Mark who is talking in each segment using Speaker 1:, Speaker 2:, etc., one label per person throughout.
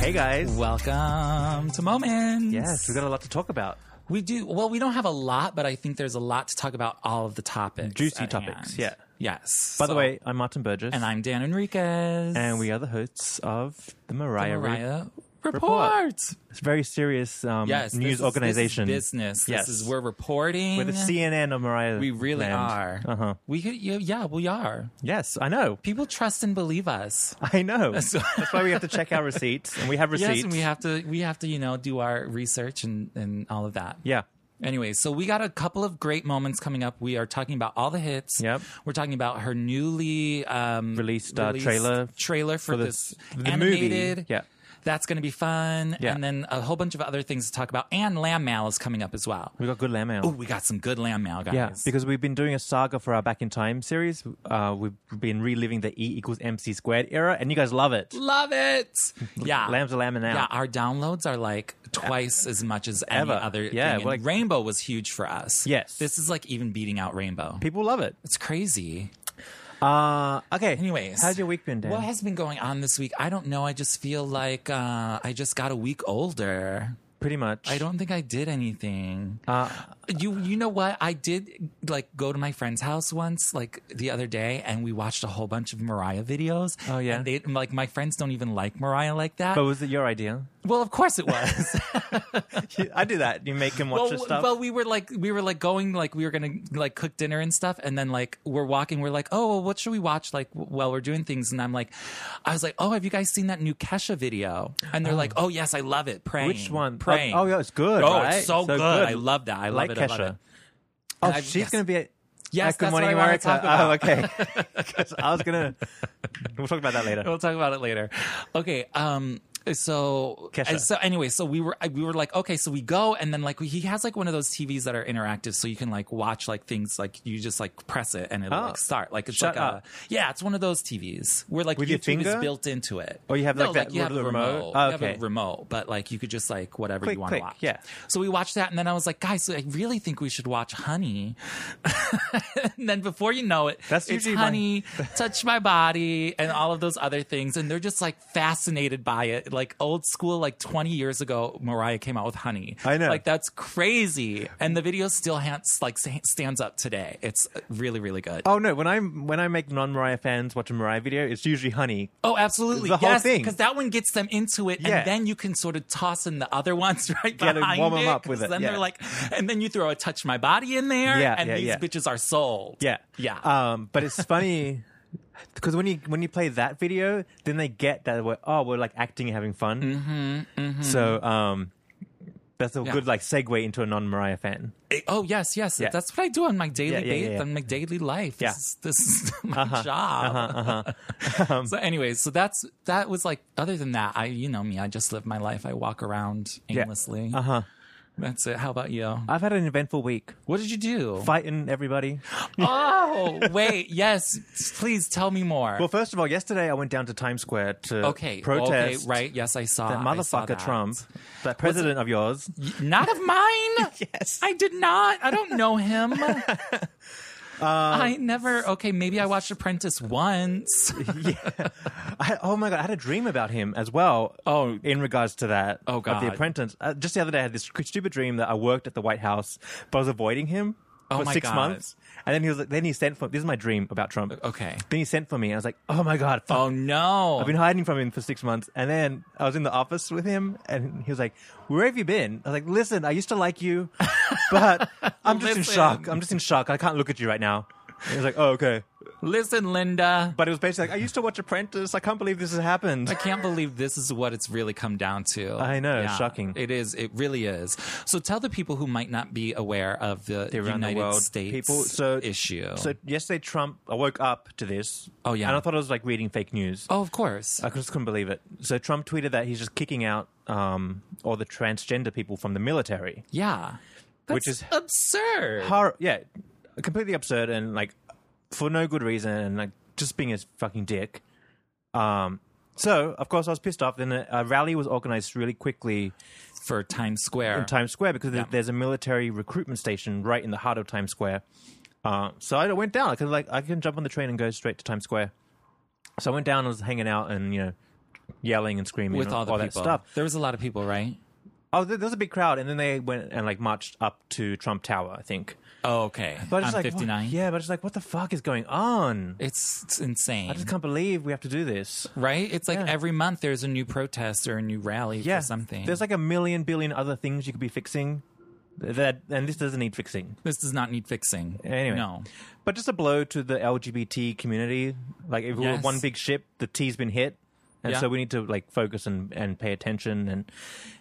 Speaker 1: Hey guys.
Speaker 2: Welcome to Moments.
Speaker 1: Yes, we've got a lot to talk about.
Speaker 2: we do. Well, we don't have a lot, but I think there's a lot to talk about all of the topics.
Speaker 1: Juicy
Speaker 2: at
Speaker 1: topics,
Speaker 2: hand.
Speaker 1: yeah.
Speaker 2: Yes.
Speaker 1: By the
Speaker 2: So-
Speaker 1: way, I'm Martin Burgess.
Speaker 2: and I'm Dan Enriquez.
Speaker 1: And we are the hosts of the Mariah,
Speaker 2: Mariah,
Speaker 1: Re-
Speaker 2: report.
Speaker 1: It's a very serious um,
Speaker 2: Yes. this is-
Speaker 1: Mm, news
Speaker 2: this is
Speaker 1: organization.
Speaker 2: business.
Speaker 1: Yes.
Speaker 2: This is we're reporting.
Speaker 1: We're the CNN of Mariah.
Speaker 2: we really are.
Speaker 1: Uh huh.
Speaker 2: We could, yeah, yeah, we are.
Speaker 1: Yes, I know.
Speaker 2: People trust and believe us.
Speaker 1: I know. That's,
Speaker 2: That's why-
Speaker 1: why we have to check our receipts, and we have receipts.
Speaker 2: Yes, and we have to we have to you know do our research and and all of that.
Speaker 1: Yeah.
Speaker 2: Anyway, so we got a couple of great moments coming up. We are talking about all the hits.
Speaker 1: Yep.
Speaker 2: We're talking about her newly um,
Speaker 1: Released, uh, trailer
Speaker 2: trailer for,
Speaker 1: for this-
Speaker 2: this,
Speaker 1: the
Speaker 2: animated.
Speaker 1: movie. Yeah.
Speaker 2: That's going to be fun.
Speaker 1: Yeah.
Speaker 2: And then a whole bunch of other things to talk about. And Lamb Mail is coming up as well.
Speaker 1: We got good lamb ale.
Speaker 2: Oh, we got some good Lamb Mail, guys.
Speaker 1: Yeah, because we've been doing a saga for our Back in Time series. Uh, we've been reliving the E equals MC squared era, and you guys love it.
Speaker 2: Love it. Yeah.
Speaker 1: Lambs are lambing out.
Speaker 2: Yeah, our downloads are like twice as much as
Speaker 1: Ever.
Speaker 2: any other
Speaker 1: Yeah,
Speaker 2: thing. And
Speaker 1: like-
Speaker 2: Rainbow was huge for us.
Speaker 1: Yes.
Speaker 2: This is like even beating out Rainbow.
Speaker 1: People love it.
Speaker 2: It's crazy.
Speaker 1: Uh, okay.
Speaker 2: Anyways,
Speaker 1: how's your week been, Dan?
Speaker 2: What has been going on this week? I don't know. I just feel like uh, I just got a week older.
Speaker 1: Pretty much.
Speaker 2: I don't think I did anything.
Speaker 1: Uh,
Speaker 2: you you know what? I did like go to my friend's house once, like the other day, and we watched a whole bunch of Mariah videos.
Speaker 1: Oh, yeah?
Speaker 2: and they like my friends don't even like Mariah like that.
Speaker 1: but was it your idea?
Speaker 2: well, of course it was.
Speaker 1: I do that. You make him watch
Speaker 2: well,
Speaker 1: this stuff.
Speaker 2: well, we were like we were like going like we were gonna like cook dinner and stuff, and then like we're walking, we're like, oh, well, what should we watch? Like w- while we're doing things, and I'm like, I was like, oh, have you guys seen that new Kesha video? And they're like, oh yes, I love it. Praying.
Speaker 1: Which one?
Speaker 2: Praying.
Speaker 1: Oh, oh, yeah, it's good,
Speaker 2: Oh,
Speaker 1: right?
Speaker 2: it's so,
Speaker 1: So
Speaker 2: good.
Speaker 1: good.
Speaker 2: I love that. I love
Speaker 1: Like
Speaker 2: it. I love
Speaker 1: Kesha.
Speaker 2: it.
Speaker 1: oh,
Speaker 2: I've-
Speaker 1: she's
Speaker 2: yes.
Speaker 1: gonna be. At,
Speaker 2: Yes,
Speaker 1: at Good
Speaker 2: that's
Speaker 1: Morning
Speaker 2: what I wanna
Speaker 1: America.
Speaker 2: talk about.
Speaker 1: Oh, okay. Because I was gonna. We'll talk about that later.
Speaker 2: We'll talk about it later. Okay. Um. So,
Speaker 1: Kesha.
Speaker 2: and so anyway, so we were I- we were like, okay, so we go, and then like he has like one of those TVs that are interactive, so you can like watch like things like you just like press it and it'll
Speaker 1: Oh.
Speaker 2: like start. Like it's
Speaker 1: Shut
Speaker 2: like
Speaker 1: up.
Speaker 2: a yeah, it's one of those TVs where like
Speaker 1: With your
Speaker 2: YouTube is
Speaker 1: finger?
Speaker 2: built into it.
Speaker 1: Oh, you have,
Speaker 2: No,
Speaker 1: like, that
Speaker 2: you have
Speaker 1: little
Speaker 2: a
Speaker 1: remote?
Speaker 2: remote.
Speaker 1: Oh,
Speaker 2: You have a
Speaker 1: okay.
Speaker 2: remote, but like you could just like whatever
Speaker 1: Click,
Speaker 2: you want to
Speaker 1: click,
Speaker 2: watch.
Speaker 1: yeah.
Speaker 2: So we watched that, and then I was like, guys, so I really think we should watch Honey. and then before you know it,
Speaker 1: That's
Speaker 2: it's
Speaker 1: usually my-
Speaker 2: Honey, Touch My Body, and all of those other things. And they're just like fascinated by it. Like old school, like 20 years ago, Mariah came out with Honey.
Speaker 1: I know.
Speaker 2: Like that's crazy. And the video still hands, like sa- stands up today. It's really, really good.
Speaker 1: Oh no! When I when I make non Mariah fans watch a Mariah video, it's usually honey.
Speaker 2: Oh, absolutely.
Speaker 1: The whole
Speaker 2: yes,
Speaker 1: thing.
Speaker 2: Because that one gets them into it,
Speaker 1: Yeah.
Speaker 2: and then you can sort of toss in the other ones right
Speaker 1: Get 'em-
Speaker 2: behind
Speaker 1: warm 'em
Speaker 2: it,
Speaker 1: up with
Speaker 2: 'cause
Speaker 1: it,
Speaker 2: Then
Speaker 1: yeah.
Speaker 2: they're like, and then you throw a touch my body in there,
Speaker 1: Yeah,
Speaker 2: and
Speaker 1: yeah,
Speaker 2: these
Speaker 1: yeah.
Speaker 2: bitches are sold.
Speaker 1: Yeah,
Speaker 2: yeah.
Speaker 1: Um, but it's funny because when you when you play that video, then they get that we're, oh we're like acting and having fun. Mm-hmm, So um, that's a
Speaker 2: Yeah.
Speaker 1: good like segue into a non Mariah fan.
Speaker 2: Eh, oh yes, yes.
Speaker 1: Yeah.
Speaker 2: That's what I do on my daily
Speaker 1: Yeah, yeah, yeah,
Speaker 2: ba-
Speaker 1: yeah.
Speaker 2: on my daily life.
Speaker 1: Yeah. Uh-huh.
Speaker 2: This, is, this is my job.
Speaker 1: Um,
Speaker 2: so, anyways, so that's that was like. Other than that, I you know me, I just live my life. I walk around aimlessly.
Speaker 1: Uh huh.
Speaker 2: That's it. How about you?
Speaker 1: I've had an eventful week
Speaker 2: What did you do?
Speaker 1: fighting everybody.
Speaker 2: Oh wait, yes. Please tell me more.
Speaker 1: Well, first of all, yesterday I went down to Times Square to
Speaker 2: okay
Speaker 1: protest
Speaker 2: okay right yes i saw
Speaker 1: that
Speaker 2: I saw
Speaker 1: motherfucker
Speaker 2: that.
Speaker 1: Trump, that president of yours.
Speaker 2: not of mine
Speaker 1: Yes.
Speaker 2: i did not i don't know him
Speaker 1: Uh,
Speaker 2: i never okay maybe i watched apprentice once
Speaker 1: I, oh my god, I had a dream about him as well.
Speaker 2: Oh.
Speaker 1: in regards to that.
Speaker 2: Oh,
Speaker 1: of the
Speaker 2: God.
Speaker 1: Apprentice. Uh, just the other day, I had this stupid dream that I worked at the White House, but I was avoiding him.
Speaker 2: Oh
Speaker 1: for
Speaker 2: my
Speaker 1: six
Speaker 2: God.
Speaker 1: months, and then he was like, then he sent for this is my dream about Trump.
Speaker 2: Okay.
Speaker 1: Then he sent for me, and I was like, oh my god, fuck.
Speaker 2: Oh no.
Speaker 1: I've been hiding from him for six months, and then I was in the office with him, and he was like, "Where have you been?" I was like, "Listen, I used to like you, but I'm just in
Speaker 2: Listen.
Speaker 1: shock. I'm just in shock. I can't look at you right now." And he was like, "Oh, okay,"
Speaker 2: Listen, Linda.
Speaker 1: but it was basically like, "I used to watch Apprentice. I can't believe this has happened."
Speaker 2: I can't believe this is what it's really come down to.
Speaker 1: I know, shocking.
Speaker 2: It is. It really is. So tell the people who might not be aware of the
Speaker 1: around the
Speaker 2: United
Speaker 1: world,
Speaker 2: States
Speaker 1: people- so-
Speaker 2: issue.
Speaker 1: So yesterday, Trump. I woke up to this.
Speaker 2: Oh, yeah.
Speaker 1: and I thought I was like reading fake news.
Speaker 2: oh, of course.
Speaker 1: I just couldn't believe it. So Trump tweeted that he's just kicking out um, all the transgender people from the military.
Speaker 2: yeah. That's
Speaker 1: Which is-
Speaker 2: absurd.
Speaker 1: Hor- yeah, completely absurd and like for no good reason and like just being a fucking dick. Um, so of course I was pissed off. Then a, a rally was organized really quickly
Speaker 2: for Times Square.
Speaker 1: in Times Square because there- there's a military recruitment station right in the heart of Times Square. Uh, so I went down. I could like I can jump on the train and go straight to Times Square. So I went down. and was hanging out and you know yelling and screaming
Speaker 2: with
Speaker 1: and
Speaker 2: all the
Speaker 1: that
Speaker 2: people.
Speaker 1: stuff.
Speaker 2: There was a lot of people, right?
Speaker 1: Oh, there there was a big crowd, and then they went and like marched up to Trump Tower, I think.
Speaker 2: Oh, okay.
Speaker 1: But
Speaker 2: I'm
Speaker 1: it's like what-
Speaker 2: 59.
Speaker 1: Yeah, but it's like, what the fuck is going on?
Speaker 2: It's, it's insane,
Speaker 1: I just can't believe we have to do this.
Speaker 2: right? It's like
Speaker 1: Yeah.
Speaker 2: every month there's a new protest or a new rally
Speaker 1: Yeah,
Speaker 2: for something.
Speaker 1: There's like a million billion other things you could be fixing. th- That and this doesn't need fixing.
Speaker 2: this does not need fixing.
Speaker 1: Anyway,
Speaker 2: no.
Speaker 1: But just a blow to the LGBT community. Like if we're
Speaker 2: Yes.
Speaker 1: one big ship, the T's been hit, and
Speaker 2: Yeah.
Speaker 1: so we need to like focus and, and pay attention and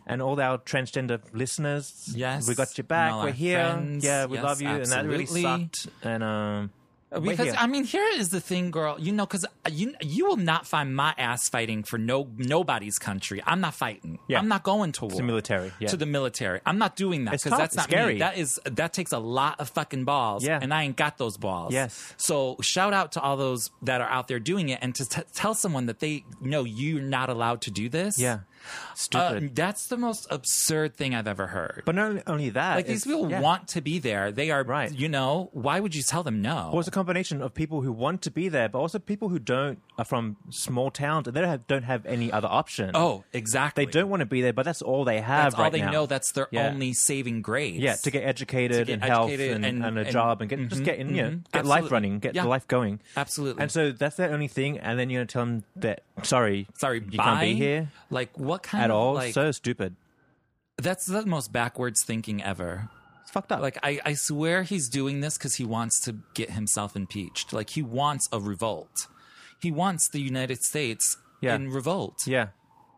Speaker 1: and all our transgender listeners.
Speaker 2: Yes,
Speaker 1: we got your
Speaker 2: and
Speaker 1: back.
Speaker 2: all
Speaker 1: We're
Speaker 2: our
Speaker 1: here.
Speaker 2: friends.
Speaker 1: Yeah, we
Speaker 2: Yes,
Speaker 1: love you. And that
Speaker 2: absolutely. Uh,
Speaker 1: really sucked. And um, we're
Speaker 2: Because
Speaker 1: here.
Speaker 2: I mean, here is the thing, girl. You know, because you you will not find my ass fighting for no nobody's country. I'm not fighting.
Speaker 1: Yeah.
Speaker 2: I'm not going to war.
Speaker 1: the military, yeah.
Speaker 2: To the military. I'm not doing that
Speaker 1: It's
Speaker 2: because
Speaker 1: tough.
Speaker 2: that's
Speaker 1: It's
Speaker 2: not
Speaker 1: scary.
Speaker 2: me. That is that takes a lot of fucking balls.
Speaker 1: Yeah.
Speaker 2: And I ain't got those balls.
Speaker 1: Yes.
Speaker 2: So shout out to all those that are out there doing it, and to t- tell someone that they know you're not allowed to do this.
Speaker 1: yeah,
Speaker 2: Uh,
Speaker 1: stupid.
Speaker 2: that's the most absurd thing I've ever heard.
Speaker 1: but not only that,
Speaker 2: like these
Speaker 1: it's-
Speaker 2: people
Speaker 1: yeah.
Speaker 2: want to be there. They are,
Speaker 1: Right.
Speaker 2: you know, why would you tell them no?
Speaker 1: Well, it's a combination of people who want to be there, but also people who don't are from small towns and they don't have, don't have any other option.
Speaker 2: oh, exactly.
Speaker 1: they don't want to be there, but that's all they have.
Speaker 2: That's
Speaker 1: right
Speaker 2: all they
Speaker 1: now.
Speaker 2: know. That's their
Speaker 1: Yeah.
Speaker 2: only saving grace.
Speaker 1: yeah to get educated
Speaker 2: To get
Speaker 1: and health
Speaker 2: educated
Speaker 1: and, and,
Speaker 2: and-
Speaker 1: a
Speaker 2: and-
Speaker 1: job and get just get in, you know,
Speaker 2: mhm.
Speaker 1: get life
Speaker 2: Absolutely.
Speaker 1: running, get
Speaker 2: Yeah.
Speaker 1: the life going.
Speaker 2: Absolutely.
Speaker 1: And so that's their only thing, and then you know, tell them that sorry,
Speaker 2: Sorry,
Speaker 1: you
Speaker 2: bye.
Speaker 1: can't be here
Speaker 2: Like what kind
Speaker 1: at
Speaker 2: of
Speaker 1: all.
Speaker 2: Like,
Speaker 1: so stupid.
Speaker 2: that's the most backwards thinking ever.
Speaker 1: It's fucked up.
Speaker 2: Like I, I swear he's doing this because he wants to get himself impeached. Like he wants a revolt. He wants the United States
Speaker 1: Yeah.
Speaker 2: in revolt.
Speaker 1: yeah,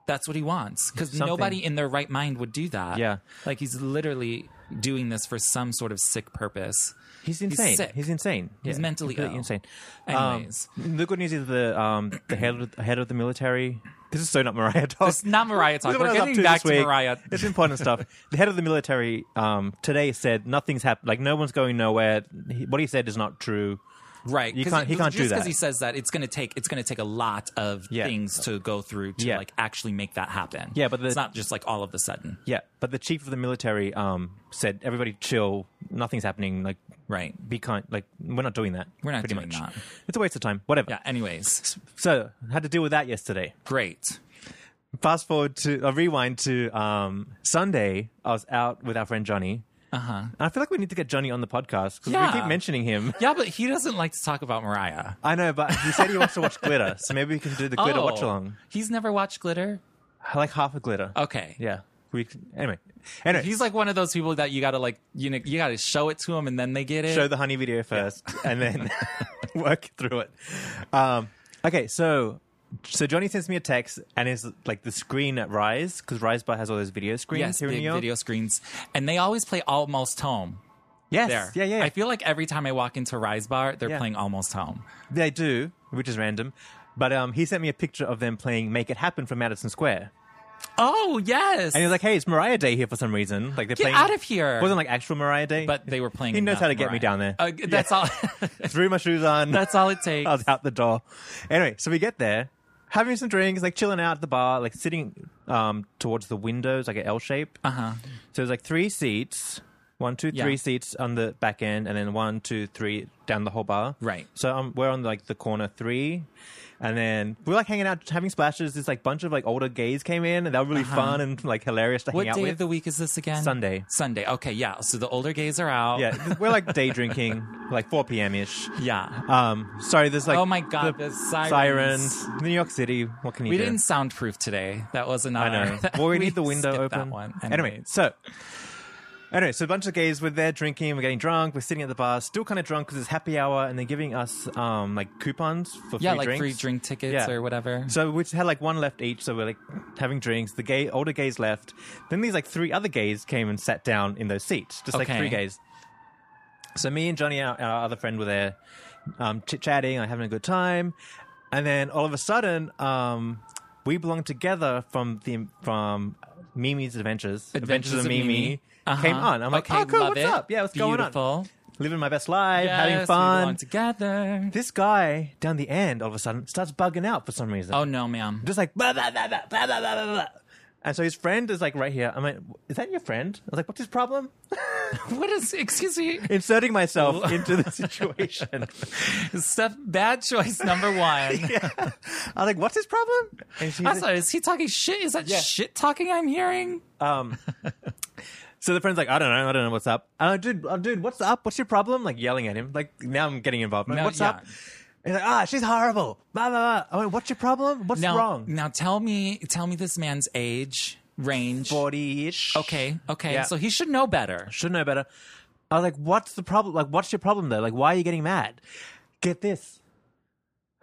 Speaker 2: That's what he wants because
Speaker 1: Something.
Speaker 2: nobody in their right mind would do that.
Speaker 1: Yeah.
Speaker 2: Like he's literally doing this for some sort of sick purpose.
Speaker 1: he's insane.
Speaker 2: sick.
Speaker 1: insane.
Speaker 2: He's
Speaker 1: Yeah,
Speaker 2: mentally
Speaker 1: completely
Speaker 2: ill.
Speaker 1: insane. Um,
Speaker 2: Anyways.
Speaker 1: the good news is the um, the head of, head of the military. This is so not Mariah Talk.
Speaker 2: It's not Mariah
Speaker 1: This
Speaker 2: talk.
Speaker 1: is what
Speaker 2: We're
Speaker 1: I was Oh, up
Speaker 2: getting back
Speaker 1: this
Speaker 2: to
Speaker 1: week.
Speaker 2: Mariah.
Speaker 1: It's important stuff. The head of the military um, today said nothing's happened. Like no one's going nowhere. He, what he said is not true.
Speaker 2: Right.
Speaker 1: You
Speaker 2: 'cause
Speaker 1: can't- he can't do
Speaker 2: just
Speaker 1: that.
Speaker 2: because he says that it's going to take it's going to take a lot of
Speaker 1: Yeah.
Speaker 2: things to go through to
Speaker 1: Yeah.
Speaker 2: like actually make that happen.
Speaker 1: Yeah, but the-
Speaker 2: it's not just like all of a sudden.
Speaker 1: Yeah, but the chief of the military um, said everybody chill. Nothing's happening. Like
Speaker 2: Right.
Speaker 1: be kind. Like we're not doing that.
Speaker 2: We're not
Speaker 1: pretty
Speaker 2: doing
Speaker 1: much.
Speaker 2: that.
Speaker 1: It's a waste of time. Whatever.
Speaker 2: Yeah. Anyways,
Speaker 1: So had to deal with that yesterday.
Speaker 2: great.
Speaker 1: Fast forward to uh, rewind to um, Sunday. I was out with our friend Johnny.
Speaker 2: Uh huh.
Speaker 1: I feel like we need to get Johnny on the podcast because
Speaker 2: Yeah.
Speaker 1: we keep mentioning him.
Speaker 2: Yeah, but he doesn't like to talk about Mariah.
Speaker 1: I know, but he said he wants to watch Glitter, so maybe we can do the Glitter
Speaker 2: Oh.
Speaker 1: watch along.
Speaker 2: He's never watched Glitter.
Speaker 1: I like half a Glitter.
Speaker 2: Okay.
Speaker 1: Yeah. We anyway. Anyway,
Speaker 2: He's like one of those people that you gotta like you know you gotta show it to him and then they get it.
Speaker 1: show the honey video first, and then work through it. Um, okay, so so Johnny sends me a text, and it's like the screen at Rise because Rise Bar has all those video screens
Speaker 2: yes,
Speaker 1: here in
Speaker 2: big
Speaker 1: New York.
Speaker 2: video screens, and they always play Almost Home.
Speaker 1: yes,
Speaker 2: There,
Speaker 1: yeah, yeah, yeah.
Speaker 2: I feel like every time I walk into Rise Bar, they're
Speaker 1: Yeah.
Speaker 2: playing Almost Home.
Speaker 1: they do, which is random. But um, he sent me a picture of them playing "Make It Happen" from Madison Square,
Speaker 2: Oh yes,
Speaker 1: and he was like, "Hey, it's Mariah Day here for some reason." Like they're
Speaker 2: Get
Speaker 1: playing
Speaker 2: out of here.
Speaker 1: It wasn't like actual Mariah Day,
Speaker 2: but they were playing.
Speaker 1: He knows
Speaker 2: enough
Speaker 1: how to get me
Speaker 2: Mariah.
Speaker 1: down there.
Speaker 2: Uh, that's all.
Speaker 1: Threw my shoes on.
Speaker 2: that's all it takes.
Speaker 1: I was out the door. Anyway, so we get there, having some drinks, like chilling out at the bar, like sitting um, towards the windows, like an L shape.
Speaker 2: Uh huh.
Speaker 1: So there's like three seats, One, two, three
Speaker 2: Yeah.
Speaker 1: seats on the back end, and then one, two, three down the whole bar.
Speaker 2: Right.
Speaker 1: So um, we're on like the corner three, and then we're like hanging out, having splashes. This like bunch of like older gays came in, and they were really fun and like hilarious to hang
Speaker 2: Uh-huh. What
Speaker 1: out
Speaker 2: day
Speaker 1: with.
Speaker 2: of the week is this again?
Speaker 1: Sunday.
Speaker 2: Sunday. Okay, yeah. So the older gays are out.
Speaker 1: yeah, we're like day drinking, like 4 p.m. ish.
Speaker 2: Yeah.
Speaker 1: Um, sorry, there's like
Speaker 2: oh my god, the, sirens.
Speaker 1: sirens, New York City. What can you
Speaker 2: We
Speaker 1: do?
Speaker 2: didn't soundproof today. That wasn't
Speaker 1: I
Speaker 2: our
Speaker 1: know. well, we need the window
Speaker 2: skipped
Speaker 1: open.
Speaker 2: That one.
Speaker 1: Anyway, so anyway, so a bunch of gays were there drinking, we're getting drunk, we're sitting at the bar, still kind of drunk because it's happy hour, and they're giving us um like coupons for
Speaker 2: yeah,
Speaker 1: free
Speaker 2: like
Speaker 1: drinks.
Speaker 2: free drink tickets
Speaker 1: Yeah.
Speaker 2: or whatever.
Speaker 1: So we just had like one left each, so we're like having drinks. The gay older gays left. Then these like three other gays came and sat down in those seats, just like
Speaker 2: Okay.
Speaker 1: three gays. So me and Johnny, our, our other friend, were there, um, chit chatting, like having a good time, and then all of a sudden, um, we belong together from the from Mimi's Adventures,
Speaker 2: Adventures of
Speaker 1: came
Speaker 2: Mimi. Uh-huh.
Speaker 1: on. I'm like,
Speaker 2: Okay,
Speaker 1: oh, cool,
Speaker 2: love
Speaker 1: what's
Speaker 2: it.
Speaker 1: up? Yeah, what's going on?
Speaker 2: Beautiful.
Speaker 1: Living my best life,
Speaker 2: Yes,
Speaker 1: having
Speaker 2: we
Speaker 1: fun.
Speaker 2: belong together.
Speaker 1: this guy down the end, all of a sudden, starts bugging out for some reason
Speaker 2: Oh no, ma'am.
Speaker 1: just like blah, blah, blah, blah, blah, blah, blah, blah, blah. and so his friend is like right here i'm like is that your friend i was like what's his problem
Speaker 2: What is? Excuse me.
Speaker 1: inserting myself into the situation
Speaker 2: Steph, bad choice number one.
Speaker 1: i was like what's his problem and she's
Speaker 2: Also, is he talking shit? Is that
Speaker 1: Yeah.
Speaker 2: shit talking I'm hearing?
Speaker 1: so the friend's like i don't know i don't know what's up and i dude oh, dude what's up what's your problem like yelling at him like now i'm getting involved I'm like,
Speaker 2: No,
Speaker 1: what's
Speaker 2: yeah.
Speaker 1: up and he's like ah she's horrible blah blah blah i went what's your problem what's
Speaker 2: Now,
Speaker 1: wrong
Speaker 2: now tell me, tell me this man's age range.
Speaker 1: 40ish
Speaker 2: Okay, okay.
Speaker 1: Yeah.
Speaker 2: So he should know better.
Speaker 1: should know better. I was like, what's the problem? Like, what's your problem though? Like, why are you getting mad? Get this.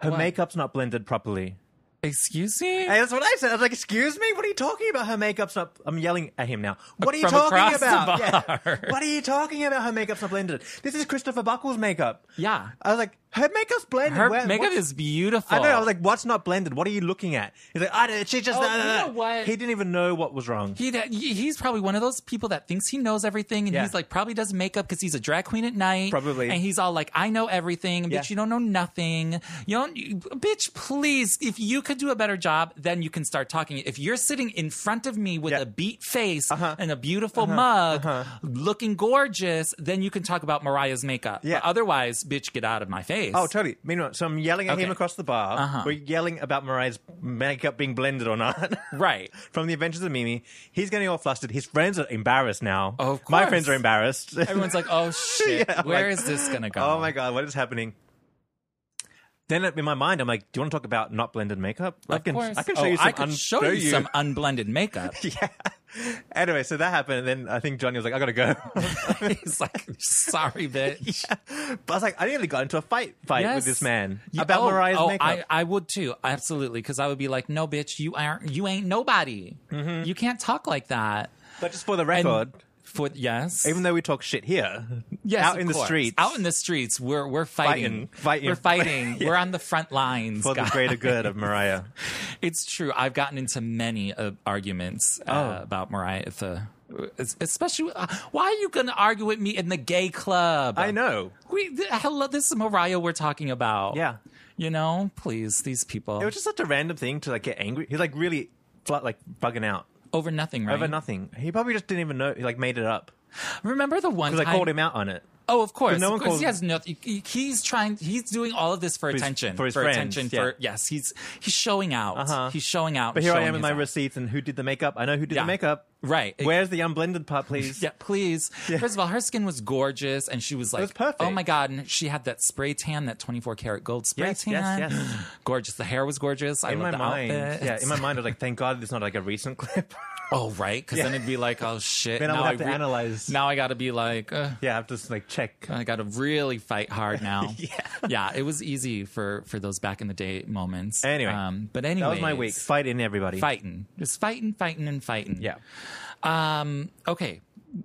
Speaker 1: Her
Speaker 2: What?
Speaker 1: makeup's not blended properly.
Speaker 2: Excuse me.
Speaker 1: And that's what I said. I was like, excuse me? What are you talking about? Her makeup's not. I'm yelling at him now. What are you
Speaker 2: From
Speaker 1: talking
Speaker 2: across the
Speaker 1: about?
Speaker 2: bar.
Speaker 1: Yeah. What are you talking about? Her makeup's not blended. This is Christopher Buckle's makeup.
Speaker 2: Yeah.
Speaker 1: I was like, her makeup's blended.
Speaker 2: Her
Speaker 1: Where-
Speaker 2: makeup
Speaker 1: what's-
Speaker 2: is beautiful.
Speaker 1: I know. I was like, what's not blended? What are you looking at? He's like, I don't. She just.
Speaker 2: Oh,
Speaker 1: uh,
Speaker 2: you know what?
Speaker 1: He didn't even know what was wrong.
Speaker 2: He, he's probably one of those people that thinks he knows everything and
Speaker 1: Yeah.
Speaker 2: he's like probably does makeup because he's a drag queen at night
Speaker 1: Probably.
Speaker 2: and he's all like i know everything
Speaker 1: Yeah.
Speaker 2: bitch you don't know nothing you don't you- bitch please if you could do a better job then you can start talking if you're sitting in front of me with
Speaker 1: Yeah. Uh-huh.
Speaker 2: a beat face and a beautiful mug looking gorgeous then you can talk about mariah's makeup
Speaker 1: Yeah.
Speaker 2: but otherwise bitch get out of my face
Speaker 1: Oh, totally. Meanwhile, so I'm yelling at him
Speaker 2: Okay. Uh-huh.
Speaker 1: across the bar. We're yelling about Mariah's makeup being blended or not.
Speaker 2: right
Speaker 1: From the Adventures of Mimi, he's getting all flustered. His friends are embarrassed now.
Speaker 2: Of
Speaker 1: my
Speaker 2: course.
Speaker 1: friends are embarrassed.
Speaker 2: everyone's like oh shit
Speaker 1: Yeah,
Speaker 2: where
Speaker 1: like,
Speaker 2: is this gonna go
Speaker 1: oh my god, what is happening? Then in my mind, I'm like, do you want to talk about not blended makeup? I
Speaker 2: of
Speaker 1: can,
Speaker 2: course.
Speaker 1: I can show
Speaker 2: Oh,
Speaker 1: you some.
Speaker 2: I can
Speaker 1: un-
Speaker 2: show you some unblended makeup.
Speaker 1: yeah. Anyway, so that happened, and then I think Johnny was like, I gotta go.
Speaker 2: He's like, sorry, bitch.
Speaker 1: but I was like, I nearly got into a fight fight with
Speaker 2: Yes.
Speaker 1: this man
Speaker 2: You-
Speaker 1: about
Speaker 2: oh,
Speaker 1: Mariah's
Speaker 2: oh,
Speaker 1: makeup.
Speaker 2: I, I would too, absolutely, because I would be like, no, bitch, you aren't, you ain't nobody.
Speaker 1: Mm-hmm.
Speaker 2: You can't talk like that.
Speaker 1: but just for the
Speaker 2: And
Speaker 1: record,
Speaker 2: for yes,
Speaker 1: even though we talk shit here,
Speaker 2: yes,
Speaker 1: out
Speaker 2: of
Speaker 1: in the
Speaker 2: course.
Speaker 1: streets,
Speaker 2: out in the streets, we're we're
Speaker 1: Fighting,
Speaker 2: fighting,
Speaker 1: fighting.
Speaker 2: we're fighting,
Speaker 1: Yeah.
Speaker 2: we're on the front lines.
Speaker 1: for the
Speaker 2: guys.
Speaker 1: greater good of Mariah.
Speaker 2: It's true. I've gotten into many uh, arguments uh,
Speaker 1: Oh.
Speaker 2: about Mariah. If, uh, es- especially, uh, why are you going to argue with me in the gay club?
Speaker 1: I know.
Speaker 2: We, th- hello, this is Mariah we're talking about.
Speaker 1: Yeah.
Speaker 2: You know, please, these people.
Speaker 1: It was just such a random thing to like get angry. He's like really fl- like bugging out
Speaker 2: over nothing, right?
Speaker 1: over nothing. He probably just didn't even know. He like made it up
Speaker 2: Remember the one
Speaker 1: because
Speaker 2: time?
Speaker 1: I called him out on it.
Speaker 2: Oh, of course.
Speaker 1: no one
Speaker 2: No one of course,
Speaker 1: calls-
Speaker 2: he has no. he- He's trying. He's doing all of this for,
Speaker 1: his-
Speaker 2: attention.
Speaker 1: for his friends,
Speaker 2: attention. For yes, he's he's showing out.
Speaker 1: Uh-huh.
Speaker 2: He's showing out.
Speaker 1: But
Speaker 2: and
Speaker 1: here I
Speaker 2: showing
Speaker 1: am with
Speaker 2: his
Speaker 1: my
Speaker 2: ass.
Speaker 1: receipts and who did the makeup. I know who did
Speaker 2: Yeah.
Speaker 1: the makeup.
Speaker 2: Right.
Speaker 1: Where's the unblended part, please?
Speaker 2: Yeah, please. First of all, her skin was gorgeous, and she was like,
Speaker 1: was perfect.
Speaker 2: "Oh my god!" And she had that spray tan, that twenty-four karat gold spray
Speaker 1: Yes, yes,
Speaker 2: tan.
Speaker 1: yes.
Speaker 2: Gorgeous. The hair was gorgeous. I
Speaker 1: In my
Speaker 2: love the
Speaker 1: mind,
Speaker 2: outfit.
Speaker 1: yeah. In my mind, I was like, "Thank God, it's not like a recent clip."
Speaker 2: oh right, because then it'd be like, "Oh shit!"
Speaker 1: Then I would
Speaker 2: now
Speaker 1: have to analyze.
Speaker 2: Now I got to be like, uh,
Speaker 1: yeah, I have to just, like check.
Speaker 2: I got to really fight hard now. yeah, yeah. It was easy for for those back in the day moments. Um,
Speaker 1: Anyway,
Speaker 2: but anyway,
Speaker 1: That was my week. Fight in everybody.
Speaker 2: Fighting, just fighting, fighting, and fighting.
Speaker 1: Yeah.
Speaker 2: Um. Okay.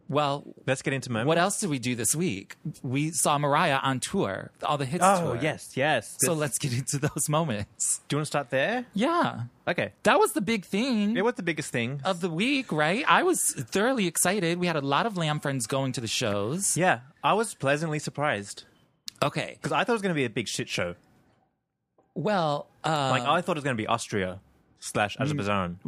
Speaker 2: Well,
Speaker 1: Let's get into moments.
Speaker 2: what else did we do this week? We saw Mariah on tour, all the hits
Speaker 1: Oh
Speaker 2: tour.
Speaker 1: yes, yes.
Speaker 2: So
Speaker 1: This-
Speaker 2: let's get into those moments.
Speaker 1: do you want to start there?
Speaker 2: Yeah.
Speaker 1: Okay.
Speaker 2: That was the big thing
Speaker 1: Yeah, what's the biggest thing?
Speaker 2: of the week, right? I was thoroughly excited. We had a lot of lamb friends going to the shows.
Speaker 1: yeah, I was pleasantly surprised.
Speaker 2: Okay.
Speaker 1: Because I thought it was going to be a big shit show.
Speaker 2: Well, uh,
Speaker 1: Like, I thought it was going to be Austria slash Azerbaijan.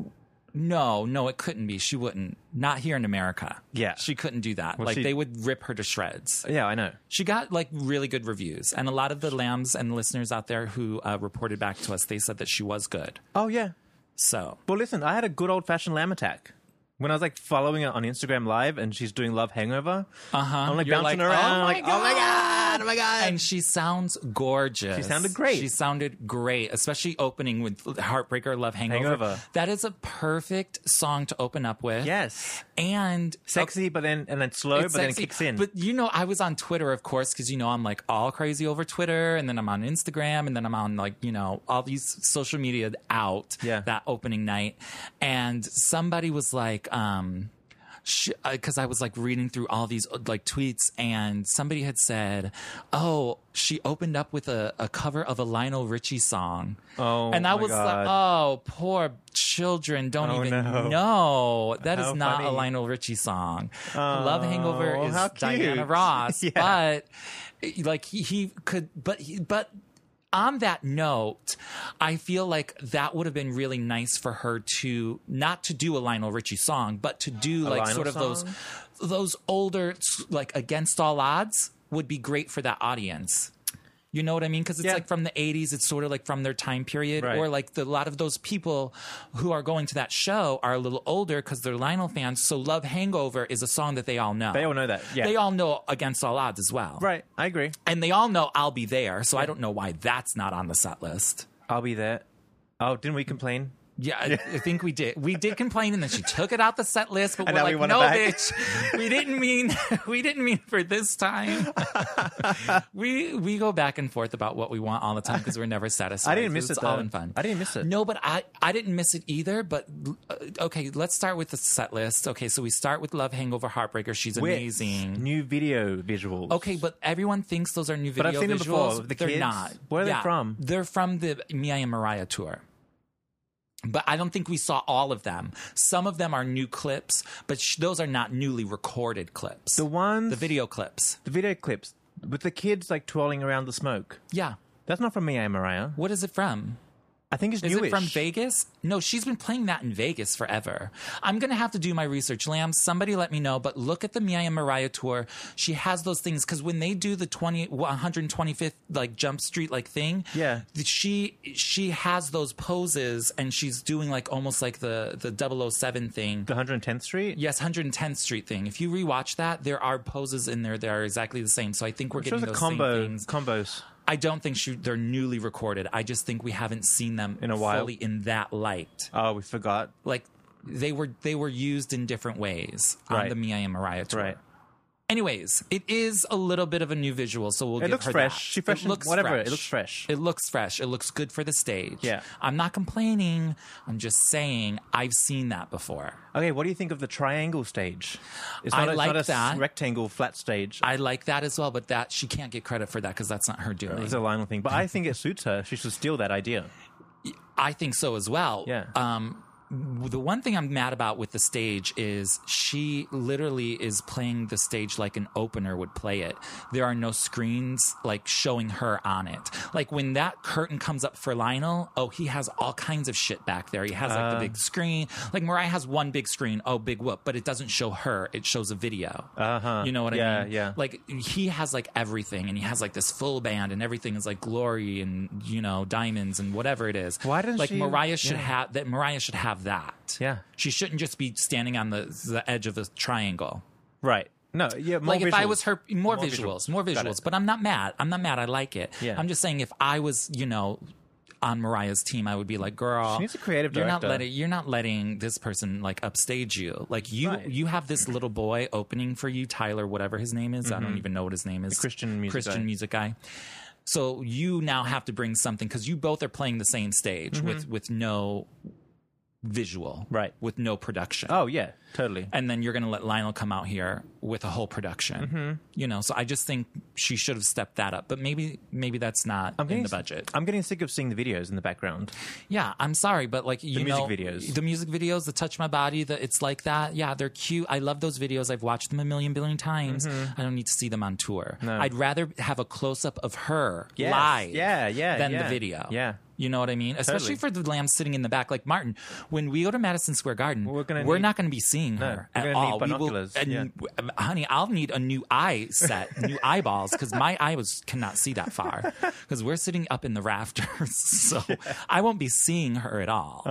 Speaker 2: No, no, it couldn't be. She wouldn't. Not here in America.
Speaker 1: Yeah.
Speaker 2: She couldn't do that. like
Speaker 1: she-
Speaker 2: they would rip her to shreds.
Speaker 1: Yeah, I know.
Speaker 2: She got like really good reviews. And a lot of the lambs and listeners out there who uh, reported back to us, they said that she was good.
Speaker 1: Oh yeah.
Speaker 2: So
Speaker 1: Well, listen, I had a good old fashioned lamb attack when I was like following her on Instagram Live, and she's doing Love Hangover. Uh huh. I'm like
Speaker 2: Uh-huh. You're
Speaker 1: bouncing
Speaker 2: like,
Speaker 1: around,
Speaker 2: "Oh
Speaker 1: like,
Speaker 2: my
Speaker 1: oh my god, oh my god.
Speaker 2: and she sounds gorgeous. She
Speaker 1: sounded great.
Speaker 2: She sounded great, especially opening with Heartbreaker Love Hangover.
Speaker 1: Hangover.
Speaker 2: That is a perfect song to open up with.
Speaker 1: yes,
Speaker 2: And
Speaker 1: sexy, but then and then slow, but
Speaker 2: It's
Speaker 1: then it
Speaker 2: sexy.
Speaker 1: kicks in.
Speaker 2: But you know, I was on Twitter, of course, because you know I'm like all crazy over Twitter, and then I'm on Instagram, and then I'm on like you know all these social media out
Speaker 1: Yeah.
Speaker 2: that opening night, and somebody was like. um because I was like reading through all these uh, like tweets, and somebody had said, "Oh, she opened up with a, a cover of a Lionel Richie song."
Speaker 1: Oh,
Speaker 2: and I
Speaker 1: my
Speaker 2: was like, "Oh, poor children don't
Speaker 1: Oh,
Speaker 2: even
Speaker 1: no.
Speaker 2: know that is
Speaker 1: How
Speaker 2: not a
Speaker 1: funny.
Speaker 2: Lionel Richie song." Love Hangover
Speaker 1: Oh,
Speaker 2: is
Speaker 1: how cute.
Speaker 2: Diana Ross,
Speaker 1: Yeah.
Speaker 2: but eh, like he, he could, but he, but on that note, I feel like that would have been really nice for her to not to do a Lionel Richie song, but to do like
Speaker 1: Lionel
Speaker 2: sort of
Speaker 1: song?
Speaker 2: those those older s- like against all odds would be great for that audience. You know what I mean? Because it's
Speaker 1: Yeah.
Speaker 2: like from the 80s, it's sort of like from their time period,
Speaker 1: Right.
Speaker 2: or like the, a lot of those people who are going to that show are a little older because they're Lionel fans. So Love Hangover is a song that they all know.
Speaker 1: they all know that. Yeah,
Speaker 2: They all know Against All Odds as well.
Speaker 1: right. I agree.
Speaker 2: And they all know I'll Be There. So I don't know why that's not on the set list.
Speaker 1: I'll be there. Oh, didn't we complain?
Speaker 2: Yeah, I, I think we did. We did complain, and then she took it out the set list. But
Speaker 1: And
Speaker 2: we're
Speaker 1: now we
Speaker 2: like,
Speaker 1: want it
Speaker 2: no,
Speaker 1: back."
Speaker 2: bitch, we didn't mean we didn't mean for this time. we we go back and forth about what we want all the time because we're never satisfied.
Speaker 1: I didn't miss
Speaker 2: it's
Speaker 1: it,
Speaker 2: All
Speaker 1: though.
Speaker 2: in fun.
Speaker 1: I didn't miss it.
Speaker 2: No, but I I didn't miss it either. But uh, okay, let's start with the set list. Okay, so we start with Love Hangover Heartbreaker. She's
Speaker 1: Wits.
Speaker 2: amazing.
Speaker 1: New video visuals.
Speaker 2: Okay, but everyone thinks those are new video
Speaker 1: But I've seen them
Speaker 2: visuals.
Speaker 1: before, the
Speaker 2: They're
Speaker 1: kids.
Speaker 2: not.
Speaker 1: Where are they
Speaker 2: Yeah,
Speaker 1: from?
Speaker 2: They're from the Mia and Mariah tour. But I don't think we saw all of them. Some of them are new clips, but sh- those are not newly recorded clips.
Speaker 1: The ones
Speaker 2: the video clips.
Speaker 1: the video clips with the kids like twirling around the smoke.
Speaker 2: Yeah.
Speaker 1: That's not from me, and Mariah.
Speaker 2: What is it from?
Speaker 1: I think it's
Speaker 2: Is
Speaker 1: newish.
Speaker 2: it from Vegas? No, she's been playing that in Vegas forever. I'm going to have to do my research. Lamb, somebody let me know, but look at the Mia and Mariah tour. She has those things because when they do the 20, 125th like Jump Street like thing,
Speaker 1: Yeah.
Speaker 2: she she has those poses and she's doing like almost like the the 007 thing.
Speaker 1: the 110th Street.
Speaker 2: Yes, 110th Street thing. If you rewatch that, there are poses in there that are exactly the same. So I think we're
Speaker 1: It shows
Speaker 2: getting
Speaker 1: a
Speaker 2: those
Speaker 1: combo
Speaker 2: same things.
Speaker 1: combos.
Speaker 2: I don't think she, they're newly recorded. I just think we haven't seen them
Speaker 1: In a while.
Speaker 2: fully in that light.
Speaker 1: Oh, we forgot.
Speaker 2: Like they were they were used in different ways on
Speaker 1: Right.
Speaker 2: the Mia and Mariah tour.
Speaker 1: Right.
Speaker 2: Anyways, it is a little bit of a new visual, so we'll
Speaker 1: It
Speaker 2: give
Speaker 1: looks
Speaker 2: her
Speaker 1: fresh.
Speaker 2: that.
Speaker 1: She freshened- whatever, it looks fresh.
Speaker 2: It looks fresh. It looks good for the stage.
Speaker 1: Yeah.
Speaker 2: I'm not complaining. I'm just saying I've seen that before.
Speaker 1: Okay, what do you think of the triangle stage? It's
Speaker 2: I
Speaker 1: a- it's
Speaker 2: like
Speaker 1: not a s-
Speaker 2: that.
Speaker 1: rectangle flat stage.
Speaker 2: I like that as well, but that she can't get credit for that because that's not her doing.
Speaker 1: it's a Lionel thing, but I think it suits her. She should steal that idea.
Speaker 2: I think so as well.
Speaker 1: Yeah.
Speaker 2: Um, w- the one thing I'm mad about with the stage is she literally is playing the stage like an opener would play it. There are no screens like showing her on it. Like when that curtain comes up for Lionel, oh, he has all kinds of shit back there. He has like the
Speaker 1: Uh.
Speaker 2: big screen. Like Mariah has one big screen, oh, big whoop, but it doesn't show her. It shows a video. Uh huh. You know what
Speaker 1: Uh-huh. Yeah,
Speaker 2: I mean?
Speaker 1: yeah.
Speaker 2: Like he has like everything and he has like this full band and everything is like glory and, you know, diamonds and whatever it is
Speaker 1: Why doesn't
Speaker 2: like
Speaker 1: she-
Speaker 2: Mariah should have that? Mariah should have that.
Speaker 1: Yeah.
Speaker 2: she shouldn't just be standing on the the edge of a triangle.
Speaker 1: Right. No, yeah, more
Speaker 2: like if I
Speaker 1: visuals.
Speaker 2: was her, more,
Speaker 1: More
Speaker 2: visuals,
Speaker 1: visuals.
Speaker 2: more
Speaker 1: Got
Speaker 2: visuals.
Speaker 1: it.
Speaker 2: But I'm not mad. I'm not mad. I like it.
Speaker 1: Yeah.
Speaker 2: I'm just saying if I was, you know. On Mariah's team, I would be like, "Girl,
Speaker 1: She needs a creative
Speaker 2: you're not
Speaker 1: director.
Speaker 2: letting you're not letting this person like upstage you. Like you
Speaker 1: Right.
Speaker 2: you have this little boy opening for you, Tyler, whatever his name is. I don't even know what his name is.
Speaker 1: Mm-hmm. Christian music
Speaker 2: Christian
Speaker 1: guy.
Speaker 2: music guy. So you now have to bring something because you both are playing the same stage with with no visual,
Speaker 1: Mm-hmm. Right.
Speaker 2: With no production.
Speaker 1: Oh yeah, totally.
Speaker 2: And then you're going to let Lionel come out here with a whole production,
Speaker 1: Mm-hmm.
Speaker 2: you know. So I just think she should have stepped that up, but maybe maybe that's not in the budget.
Speaker 1: I'm getting sick of seeing the videos in the background.
Speaker 2: Yeah, I'm sorry, but like you
Speaker 1: music
Speaker 2: know,
Speaker 1: videos.
Speaker 2: the music videos, the touch my body, the it's like that. Yeah, they're cute. I love those videos. I've watched them a million billion times.
Speaker 1: Mm-hmm.
Speaker 2: I don't need to see them on tour. I'd rather have a close up of her
Speaker 1: Yes.
Speaker 2: live,
Speaker 1: Yeah, yeah.
Speaker 2: than
Speaker 1: yeah.
Speaker 2: the video.
Speaker 1: Yeah.
Speaker 2: You know what I mean? Especially for the lamb sitting in the back. Like Martin, when we go to Madison Square Garden,
Speaker 1: We're
Speaker 2: we're,
Speaker 1: gonna need-
Speaker 2: not going to be seeing her
Speaker 1: we're
Speaker 2: at
Speaker 1: gonna
Speaker 2: all.
Speaker 1: need
Speaker 2: We will-
Speaker 1: binoculars,
Speaker 2: and
Speaker 1: yeah.
Speaker 2: w- um, honey, I'll need a new eye set, new eyeballs, because my eye was cannot see that far because we're sitting up in the rafters, so I won't be seeing her at all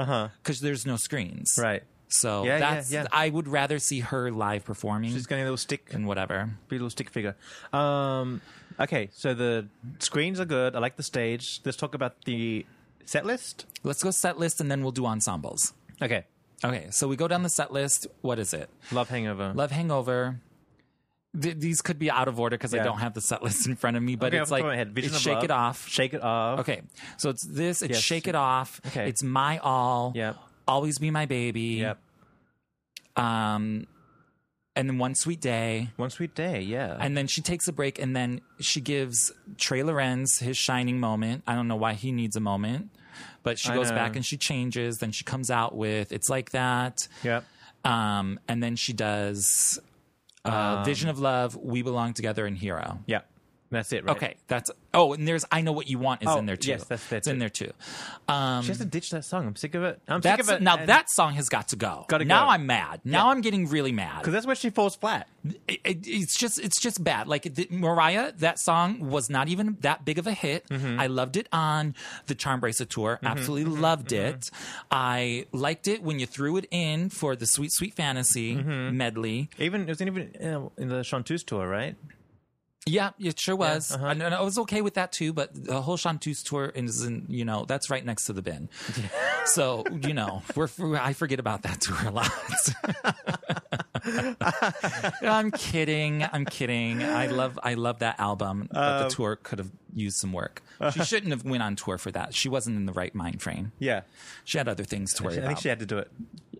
Speaker 2: because there's no screens.
Speaker 1: Uh-huh. Right.
Speaker 2: So
Speaker 1: Yeah, yeah,
Speaker 2: that's
Speaker 1: yeah.
Speaker 2: I would rather see her live performing
Speaker 1: She's getting a little stick,
Speaker 2: and whatever.
Speaker 1: little stick figure. Um, okay, so the screens are good. I like the stage. Let's talk about the set list.
Speaker 2: Let's go set list and then we'll do ensembles.
Speaker 1: Okay,
Speaker 2: Okay, so we go down the set list. What is it?
Speaker 1: Love Hangover.
Speaker 2: Love Hangover. Th- these could be out of order because I
Speaker 1: Yeah.
Speaker 2: don't have the set list in front of me, but
Speaker 1: Okay, off
Speaker 2: it's
Speaker 1: the top
Speaker 2: like
Speaker 1: of my head, Vision
Speaker 2: it's
Speaker 1: of
Speaker 2: Shake
Speaker 1: Love,
Speaker 2: It Off.
Speaker 1: Shake it off.
Speaker 2: okay, so it's this. It's
Speaker 1: Yes.
Speaker 2: Shake It Off.
Speaker 1: Okay.
Speaker 2: It's My All.
Speaker 1: Yep.
Speaker 2: Always Be My Baby.
Speaker 1: Yep.
Speaker 2: Um, and then One Sweet Day.
Speaker 1: One sweet day. Yeah.
Speaker 2: And then she takes a break, and then she gives Trey Lorenz his shining moment. I don't know why he needs a moment, but she
Speaker 1: I
Speaker 2: goes
Speaker 1: know.
Speaker 2: back and she changes. Then she comes out with "It's Like That,"
Speaker 1: yep.
Speaker 2: um, and then she does uh,
Speaker 1: Um,
Speaker 2: "Vision of Love," "We Belong Together," and "Hero."
Speaker 1: Yep. That's it. Right?
Speaker 2: Okay, that's oh, and there's "I Know What You Want" is
Speaker 1: Oh,
Speaker 2: in there too.
Speaker 1: yes, that's- that's
Speaker 2: it's in
Speaker 1: it.
Speaker 2: there too. Um,
Speaker 1: She has to ditch that song. I'm sick of it. I'm
Speaker 2: that's
Speaker 1: sick of it.
Speaker 2: now
Speaker 1: and-
Speaker 2: that song has got to go.
Speaker 1: Gotta
Speaker 2: now
Speaker 1: go.
Speaker 2: I'm mad. Now I'm getting really mad.
Speaker 1: because that's where she falls flat.
Speaker 2: it, it- it's just it's just bad. Like the, Mariah, that song was not even that big of a hit.
Speaker 1: Mm-hmm.
Speaker 2: I loved it on the Charm Bracelet tour. Absolutely loved
Speaker 1: Mm-hmm.
Speaker 2: it. I liked it when you threw it in for the Sweet Sweet Fantasy
Speaker 1: Mm-hmm.
Speaker 2: medley.
Speaker 1: Even it was even uh, in the Chanteuse tour, right?
Speaker 2: Yeah, it sure was.
Speaker 1: uh-huh.
Speaker 2: and, and I was okay with that too. But the whole Chanteuse tour is in you know that's right next to the bin. so you know we're I forget about that tour a lot. I'm kidding. I'm kidding. I love I love that album, but
Speaker 1: Uh,
Speaker 2: the tour could have used some work. She shouldn't have went on tour for that. She wasn't in the right mind frame.
Speaker 1: uh-huh. Yeah.
Speaker 2: She had other things to worry
Speaker 1: I
Speaker 2: about.
Speaker 1: think she had to do it.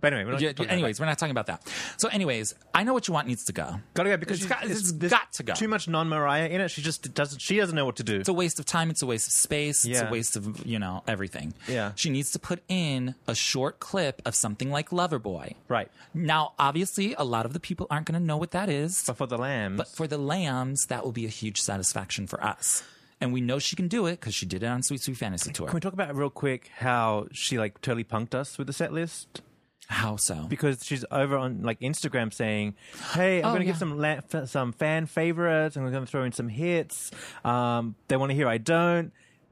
Speaker 1: But anyway, we're not
Speaker 2: Yeah,
Speaker 1: talking about
Speaker 2: anyways, we're not talking about that. So, anyways, I know what you want needs to go.
Speaker 1: that. gotta go because
Speaker 2: It's
Speaker 1: she's-
Speaker 2: got- it's
Speaker 1: there's
Speaker 2: got to go.
Speaker 1: Too much non-Mariah in it. She just doesn't. She doesn't know what to do.
Speaker 2: it's a waste of time. It's a waste of space. It's
Speaker 1: Yeah.
Speaker 2: a waste of you know everything.
Speaker 1: Yeah.
Speaker 2: She needs to put in a short clip of something like Loverboy.
Speaker 1: right.
Speaker 2: Now, obviously, a lot of the people aren't going to know what that is,
Speaker 1: But for the lambs,
Speaker 2: but for the lambs, that will be a huge satisfaction for us. And we know she can do it because she did it on Sweet Sweet Fantasy Tour.
Speaker 1: Can we talk about real quick how she like totally punked us with the set list
Speaker 2: How so?
Speaker 1: because she's over on like Instagram saying, "Hey, I'm
Speaker 2: Oh,
Speaker 1: going to give
Speaker 2: yeah.
Speaker 1: some la- f- some fan favorites. I'm going to throw in some hits. Um, they want to hear I don't."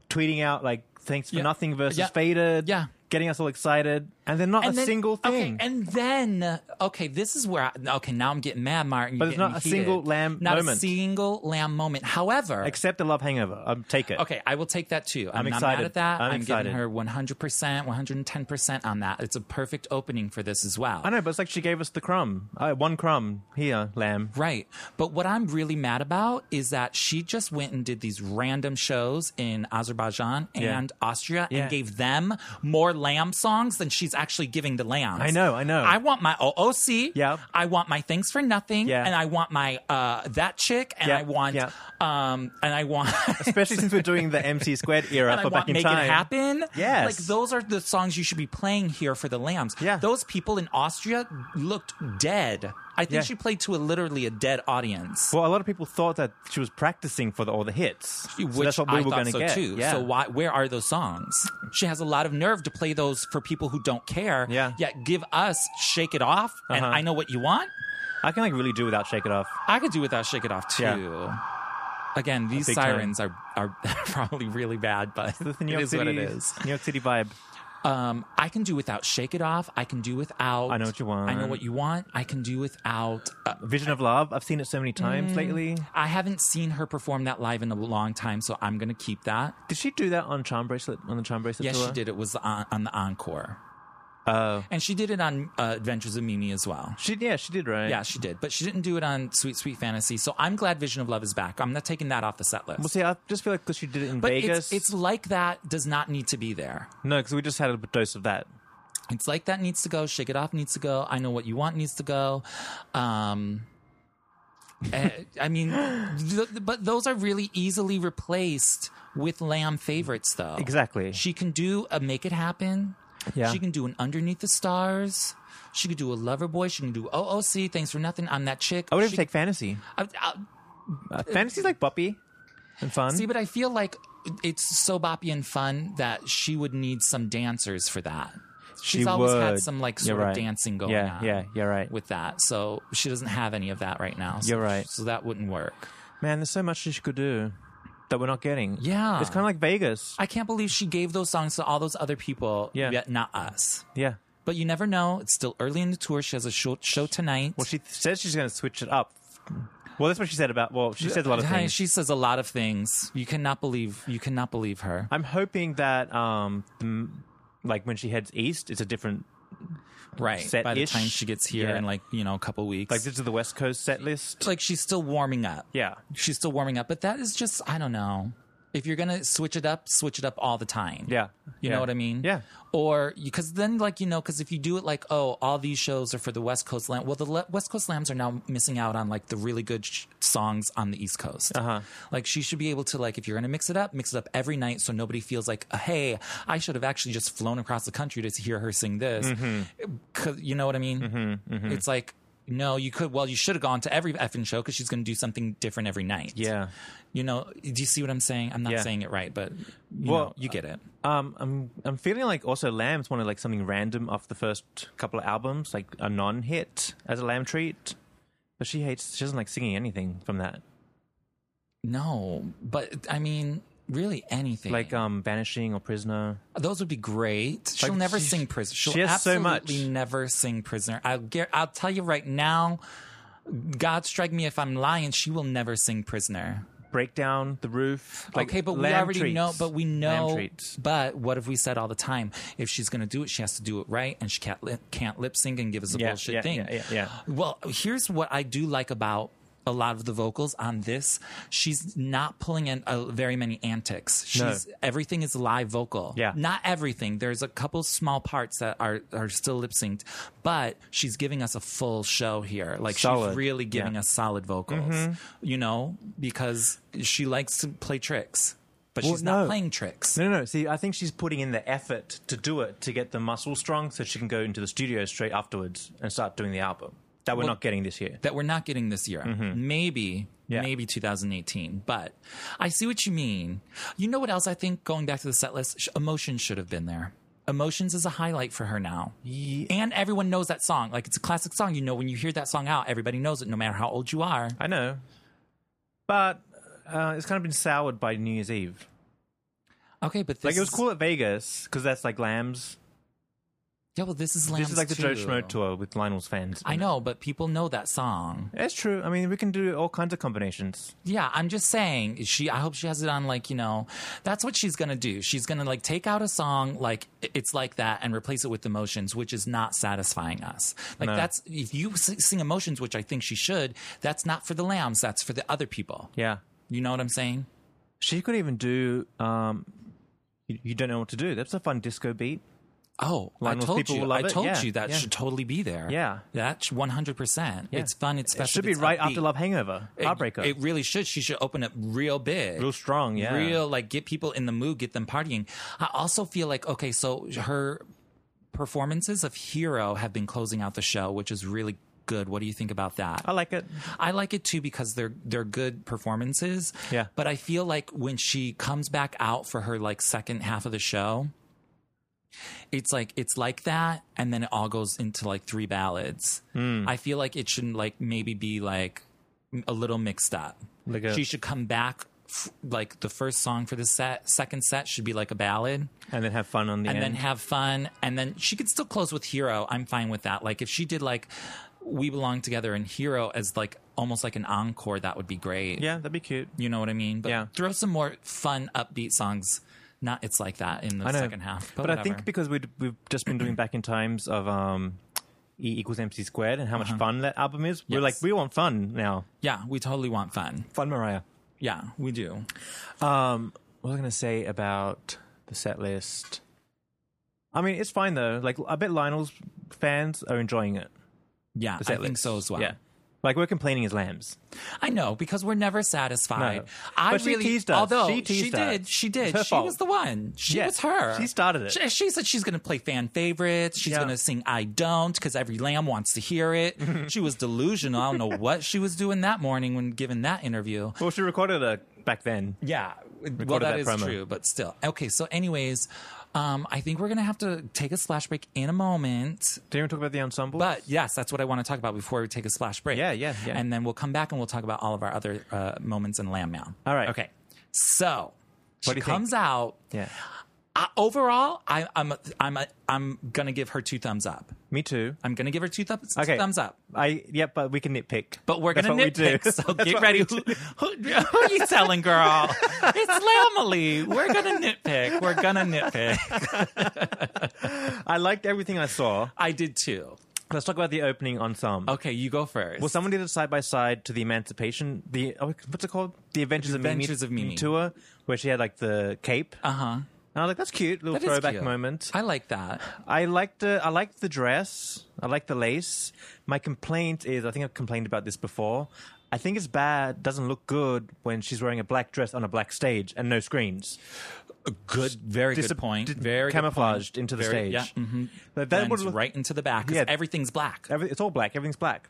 Speaker 1: Tweeting out like "Thanks for
Speaker 2: Yeah.
Speaker 1: nothing" versus
Speaker 2: Yeah.
Speaker 1: "Faded."
Speaker 2: Yeah.
Speaker 1: getting us all excited, and then not a
Speaker 2: And then-
Speaker 1: single thing.
Speaker 2: Okay, and then okay, this is where I, okay now I'm getting mad, Martin.
Speaker 1: But
Speaker 2: you're
Speaker 1: there's not
Speaker 2: getting me
Speaker 1: a
Speaker 2: heated.
Speaker 1: single lamb
Speaker 2: not
Speaker 1: moment.
Speaker 2: a single lamb moment. However,
Speaker 1: Except the love hangover. Um, take it.
Speaker 2: Okay, I will take that too. I'm,
Speaker 1: I'm
Speaker 2: not
Speaker 1: excited.
Speaker 2: mad at that.
Speaker 1: I'm
Speaker 2: I'm,
Speaker 1: excited.
Speaker 2: giving her 100%, 110% on that. It's a perfect opening for this as well.
Speaker 1: I know, but it's like she gave us the crumb. Uh, one crumb here, lamb.
Speaker 2: Right. But what I'm really mad about is that she just went and did these random shows in Azerbaijan
Speaker 1: Yeah.
Speaker 2: and Austria
Speaker 1: Yeah.
Speaker 2: and gave them more lamb songs than she's actually giving to lambs.
Speaker 1: I know, I know.
Speaker 2: I want my OOC.
Speaker 1: Yep.
Speaker 2: I want my Thanks for Nothing.
Speaker 1: Yeah.
Speaker 2: And I want my uh, That Chick. And
Speaker 1: Yep,
Speaker 2: I want,
Speaker 1: yep.
Speaker 2: um, and I want.
Speaker 1: Especially since we're doing the MC squared era
Speaker 2: and I
Speaker 1: for
Speaker 2: want
Speaker 1: back in
Speaker 2: Make
Speaker 1: time.
Speaker 2: It Happen.
Speaker 1: Yes.
Speaker 2: Like those are the songs you should be playing here for the Lambs.
Speaker 1: Yeah.
Speaker 2: Those people in Austria looked dead. I think
Speaker 1: Yeah.
Speaker 2: she played to a literally a dead audience.
Speaker 1: Well, a lot of people thought that she was practicing for the, all the hits. So
Speaker 2: which
Speaker 1: that's what we
Speaker 2: I
Speaker 1: were
Speaker 2: thought
Speaker 1: going to
Speaker 2: so
Speaker 1: get.
Speaker 2: too.
Speaker 1: Yeah.
Speaker 2: So why? Where are those songs? She has a lot of nerve to play those for people who don't care.
Speaker 1: Yeah.
Speaker 2: Yet give us "Shake It Off" and
Speaker 1: Uh-huh.
Speaker 2: "I Know What You Want."
Speaker 1: I can like really do without Shake It Off.
Speaker 2: I could do without "Shake It Off" too. Again, these
Speaker 1: big time.
Speaker 2: sirens are are probably really bad, but
Speaker 1: It's the New
Speaker 2: it
Speaker 1: York
Speaker 2: is
Speaker 1: City,
Speaker 2: what it is.
Speaker 1: New York City vibe.
Speaker 2: Um, I can do without Shake It Off. I can do without.
Speaker 1: I Know What You Want.
Speaker 2: I know what you want. I can do without. Uh,
Speaker 1: Vision of Love. I've seen it so many
Speaker 2: Mm.
Speaker 1: times lately.
Speaker 2: I haven't seen her perform that live in a long time, so I'm gonna keep that.
Speaker 1: Did she do that on Charm Bracelet? On the Charm Bracelet
Speaker 2: Yes,
Speaker 1: tour?
Speaker 2: she did. It was on, on the encore,
Speaker 1: Oh.
Speaker 2: and she did it on uh, Adventures of Mimi as well.
Speaker 1: She yeah, she did right.
Speaker 2: Yeah, she did, but she didn't do it on Sweet Sweet Fantasy. So I'm glad Vision of Love is back. I'm not taking that off the set list.
Speaker 1: Well, see, I just feel like because she did it in
Speaker 2: but
Speaker 1: Vegas.
Speaker 2: it's it's like that does not need to be there.
Speaker 1: no, because we just had a dose of that.
Speaker 2: It's like that needs to go. Shake it off needs to go. I know what you want needs to go. Um, eh, I mean, th- but those are really easily replaced with lamb favorites, though.
Speaker 1: Exactly.
Speaker 2: She can do a make it happen.
Speaker 1: Yeah.
Speaker 2: She can do an underneath the stars. She could do a lover boy. She can do OOC. Thanks for nothing. I'm that chick.
Speaker 1: I would even
Speaker 2: She-
Speaker 1: take fantasy.
Speaker 2: I- I-
Speaker 1: Uh, fantasy's like boppy and fun.
Speaker 2: see, but I feel like it's so boppy and fun that she would need some dancers for that. She's
Speaker 1: She
Speaker 2: always had
Speaker 1: would.
Speaker 2: some like
Speaker 1: You're
Speaker 2: sort
Speaker 1: right.
Speaker 2: of dancing going
Speaker 1: Yeah,
Speaker 2: on.
Speaker 1: yeah, you're right.
Speaker 2: With that, so she doesn't have any of that right now. So,
Speaker 1: You're right.
Speaker 2: So that wouldn't work.
Speaker 1: Man, there's so much she could do that we're not getting.
Speaker 2: Yeah.
Speaker 1: It's kind of like Vegas.
Speaker 2: I can't believe she gave those songs to all those other people,
Speaker 1: Yeah.
Speaker 2: yet not us.
Speaker 1: Yeah.
Speaker 2: But you never know. It's still early in the tour. She has a show, show tonight.
Speaker 1: Well, she th- says she's going to switch it up. Well, that's what she said about. Well, she says a lot of
Speaker 2: Hi,
Speaker 1: things.
Speaker 2: She says a lot of things. You cannot believe. You cannot believe her.
Speaker 1: I'm hoping that, um, the, like when she heads east, it's a different.
Speaker 2: Right. By the
Speaker 1: set-ish.
Speaker 2: time she gets here
Speaker 1: Yeah.
Speaker 2: in like you know a couple weeks,
Speaker 1: Like this is the West Coast set list.
Speaker 2: like she's still warming up.
Speaker 1: Yeah.
Speaker 2: She's still warming up. But that is just I don't know. If you're gonna switch it up, switch it up all the time.
Speaker 1: Yeah.
Speaker 2: You
Speaker 1: Yeah.
Speaker 2: know what I mean?
Speaker 1: Yeah.
Speaker 2: Or because then, like you know, because if you do it like, oh, all these shows are for the West Coast Lamb. Well, the Le- West Coast Lambs are now missing out on like the really good sh- songs on the East Coast. Uh-huh. Like she should be able to like, if you're gonna mix it up, mix it up every night, so nobody feels like, uh, hey, I should have actually just flown across the country to hear her sing this.
Speaker 1: Mm-hmm.
Speaker 2: 'Cause- you know what I mean? It's like. No, you could. Well, you should have gone to every effing show because she's going to do something different every night.
Speaker 1: Yeah.
Speaker 2: You know, do you see what I'm saying? I'm not
Speaker 1: Yeah.
Speaker 2: saying it right, but you
Speaker 1: Well,
Speaker 2: know, you get it.
Speaker 1: Um, I'm I'm feeling like also Lambs wanted like something random off the first couple of albums, like a non-hit as a Lamb treat. But she hates. She doesn't like singing anything from that.
Speaker 2: No, but I mean, really anything.
Speaker 1: Like um, Vanishing or Prisoner.
Speaker 2: those would be great. She'll
Speaker 1: Like,
Speaker 2: never
Speaker 1: she-
Speaker 2: sing prisoner. She'll
Speaker 1: she has so
Speaker 2: absolutely
Speaker 1: much.
Speaker 2: never sing prisoner. I'll get, I'll tell you right now. God strike me if I'm lying. She will never sing prisoner.
Speaker 1: Breakdown the roof. Like
Speaker 2: okay, but we
Speaker 1: Lamb
Speaker 2: already know.
Speaker 1: treats.
Speaker 2: But we
Speaker 1: Lamb
Speaker 2: know.
Speaker 1: treats.
Speaker 2: But what have we said all the time? If she's going to do it, she has to do it right, and she can't lip, can't lip sync and give us a
Speaker 1: Yeah,
Speaker 2: bullshit
Speaker 1: yeah,
Speaker 2: thing.
Speaker 1: yeah, yeah, yeah.
Speaker 2: Well, here's what I do like about a lot of the vocals on this. She's not pulling in uh, very many antics.
Speaker 1: No.
Speaker 2: She's everything is live vocal.
Speaker 1: Yeah.
Speaker 2: Not everything. There's a couple small parts that are are still lip synced, but she's giving us a full show here. Like
Speaker 1: Solid.
Speaker 2: she's really
Speaker 1: Yeah.
Speaker 2: giving us solid vocals.
Speaker 1: Mm-hmm.
Speaker 2: You know, because she likes to play tricks. But
Speaker 1: Well,
Speaker 2: she's not
Speaker 1: no.
Speaker 2: playing tricks.
Speaker 1: No, no, no. See, I think she's putting in the effort to do it to get the muscle strong, so she can go into the studio straight afterwards and start doing the album that we're
Speaker 2: Well-
Speaker 1: not getting this year.
Speaker 2: that we're not getting this year. Maybe,
Speaker 1: Mm-hmm. Yeah.
Speaker 2: maybe 2018. But I see what you mean. You know what else I think? Going back to the set list, sh- emotions should have been there. Emotions is a highlight for her now. And everyone knows that song. Like, it's a classic song. You know, when you hear that song out, everybody knows it, no matter how old you are.
Speaker 1: I know, but uh, it's kind of been soured by New Year's Eve.
Speaker 2: Okay, but this
Speaker 1: Like it was
Speaker 2: is-
Speaker 1: cool at Vegas because that's like Lambs.
Speaker 2: Yeah, well, this is Lambs
Speaker 1: this is like the Joe
Speaker 2: too.
Speaker 1: Schmo tour with Lionel's fans.
Speaker 2: I know, but people know that song.
Speaker 1: That's true. I mean, we can do all kinds of combinations.
Speaker 2: Yeah, I'm just saying she I hope she has it on like, you know, that's what she's going to do. She's going to like take out a song like i- it's like that and replace it with emotions, which is not satisfying us. Like
Speaker 1: No.
Speaker 2: that's if you s- sing emotions, which I think she should, that's not for the lambs, that's for the other people.
Speaker 1: Yeah,
Speaker 2: You know what I'm saying?
Speaker 1: she could even do. Um, you, you don't know what to do. That's a fun disco beat.
Speaker 2: Oh,
Speaker 1: Lionel's
Speaker 2: I told
Speaker 1: people will
Speaker 2: you.
Speaker 1: love
Speaker 2: I
Speaker 1: it.
Speaker 2: told
Speaker 1: Yeah,
Speaker 2: you that
Speaker 1: yeah.
Speaker 2: should totally be there.
Speaker 1: Yeah.
Speaker 2: That's 100%. It's fun, it's
Speaker 1: It
Speaker 2: special.
Speaker 1: should be
Speaker 2: it's
Speaker 1: right
Speaker 2: upbeat.
Speaker 1: after Love Hangover,
Speaker 2: It-
Speaker 1: Heartbreaker.
Speaker 2: It really should. She should open up real big.
Speaker 1: Real strong, yeah.
Speaker 2: Real, like, get people in the mood, get them partying. I also feel like, okay, so her performances of Hero have been closing out the show, which is really good. What do you think about that?
Speaker 1: I like it.
Speaker 2: I like it too because they're they're good performances.
Speaker 1: Yeah.
Speaker 2: But I feel like when she comes back out for her like second half of the show, it's like it's like that, and then it all goes into like three ballads.
Speaker 1: Hmm.
Speaker 2: I feel like it shouldn't like maybe be like m- a little mixed up.
Speaker 1: Like a-
Speaker 2: she should come back. f- Like the first song for the set, second set should be like a ballad,
Speaker 1: And then have fun on the
Speaker 2: and
Speaker 1: end.
Speaker 2: then have fun and then she could still close with hero i'm fine with that like if she did like we belong together and hero as like almost like an encore that would be great
Speaker 1: yeah, that'd be cute.
Speaker 2: you know what i mean but
Speaker 1: Yeah.
Speaker 2: throw some more fun upbeat songs not it's like that in the
Speaker 1: I know.
Speaker 2: second half but,
Speaker 1: But, I think
Speaker 2: whatever.
Speaker 1: because we'd, we've just been doing back in times of um, E equals MC squared and how much fun that album is, we're
Speaker 2: Uh-huh.
Speaker 1: like,
Speaker 2: Yes.
Speaker 1: we want fun now.
Speaker 2: yeah we totally want fun
Speaker 1: Fun Mariah.
Speaker 2: yeah we do
Speaker 1: Um, what was I going to say about the set list? I mean, it's fine though. Like, I bet Lionel's fans are enjoying it.
Speaker 2: yeah
Speaker 1: The
Speaker 2: i
Speaker 1: set
Speaker 2: think
Speaker 1: list.
Speaker 2: so as well
Speaker 1: Yeah. Like we're complaining as lambs.
Speaker 2: I know because we're never satisfied.
Speaker 1: No.
Speaker 2: I
Speaker 1: But she
Speaker 2: really,
Speaker 1: teased us.
Speaker 2: although
Speaker 1: She teased us.
Speaker 2: did, she did.
Speaker 1: It's her
Speaker 2: she
Speaker 1: fault.
Speaker 2: was the one. She
Speaker 1: Yeah.
Speaker 2: was her.
Speaker 1: She started it.
Speaker 2: She, she said she's going to play fan favorites. She's
Speaker 1: Yeah.
Speaker 2: going to sing "I Don't" because every lamb wants to hear it. she was delusional. I don't know what she was doing that morning when giving that interview.
Speaker 1: Well, she recorded it uh, back then.
Speaker 2: Yeah, well,
Speaker 1: recorded
Speaker 2: that
Speaker 1: that
Speaker 2: is
Speaker 1: promo.
Speaker 2: true, but still. Okay, so anyways, um, I think we're gonna have to take a splash break in a moment.
Speaker 1: Do you want to talk about the ensemble?
Speaker 2: But yes, that's what I want to talk about before we take a splash break.
Speaker 1: Yeah, yeah, yeah.
Speaker 2: And then we'll come back and we'll talk about all of our other uh, moments in Lamb Mound.
Speaker 1: All right.
Speaker 2: Okay. So
Speaker 1: What do
Speaker 2: she
Speaker 1: you think?
Speaker 2: comes out.
Speaker 1: yeah,
Speaker 2: I, overall, I, I'm I'm I'm gonna give her two thumbs up.
Speaker 1: me too.
Speaker 2: I'm gonna give her two thumbs
Speaker 1: Okay,
Speaker 2: thumbs up.
Speaker 1: I yeah, but we can nitpick.
Speaker 2: But we're
Speaker 1: That's
Speaker 2: gonna
Speaker 1: what we do.
Speaker 2: nitpick, so
Speaker 1: That's
Speaker 2: get
Speaker 1: what
Speaker 2: ready.
Speaker 1: we
Speaker 2: Who,
Speaker 1: do.
Speaker 2: who, who are you telling, girl? it's Lamely. We're gonna nitpick. We're gonna nitpick.
Speaker 1: I liked everything I saw.
Speaker 2: I did too.
Speaker 1: Let's talk about the opening ensemble.
Speaker 2: Okay, you go first.
Speaker 1: Well, someone did a side by side to the Emancipation, the oh, what's it called? The Adventures,
Speaker 2: Adventures
Speaker 1: of,
Speaker 2: of
Speaker 1: Mimi,
Speaker 2: Mimi.
Speaker 1: tour, where she had like the cape.
Speaker 2: uh huh.
Speaker 1: and I was like, that's cute, little
Speaker 2: That is
Speaker 1: throwback
Speaker 2: cute.
Speaker 1: moment.
Speaker 2: I like that.
Speaker 1: I liked the I liked the dress. I liked the lace. My complaint is, I think I've complained about this before. I think it's bad. Doesn't look good when she's wearing a black dress on a black stage and no screens.
Speaker 2: Good, very
Speaker 1: Dis-
Speaker 2: good point.
Speaker 1: d-
Speaker 2: Very
Speaker 1: camouflaged into the
Speaker 2: Very-
Speaker 1: stage.
Speaker 2: yeah,
Speaker 1: That-
Speaker 2: Good
Speaker 1: that
Speaker 2: point.
Speaker 1: would
Speaker 2: Blends
Speaker 1: look
Speaker 2: right into the back. 'cause
Speaker 1: Yeah.
Speaker 2: everything's black.
Speaker 1: Every, it's all black. Everything's black.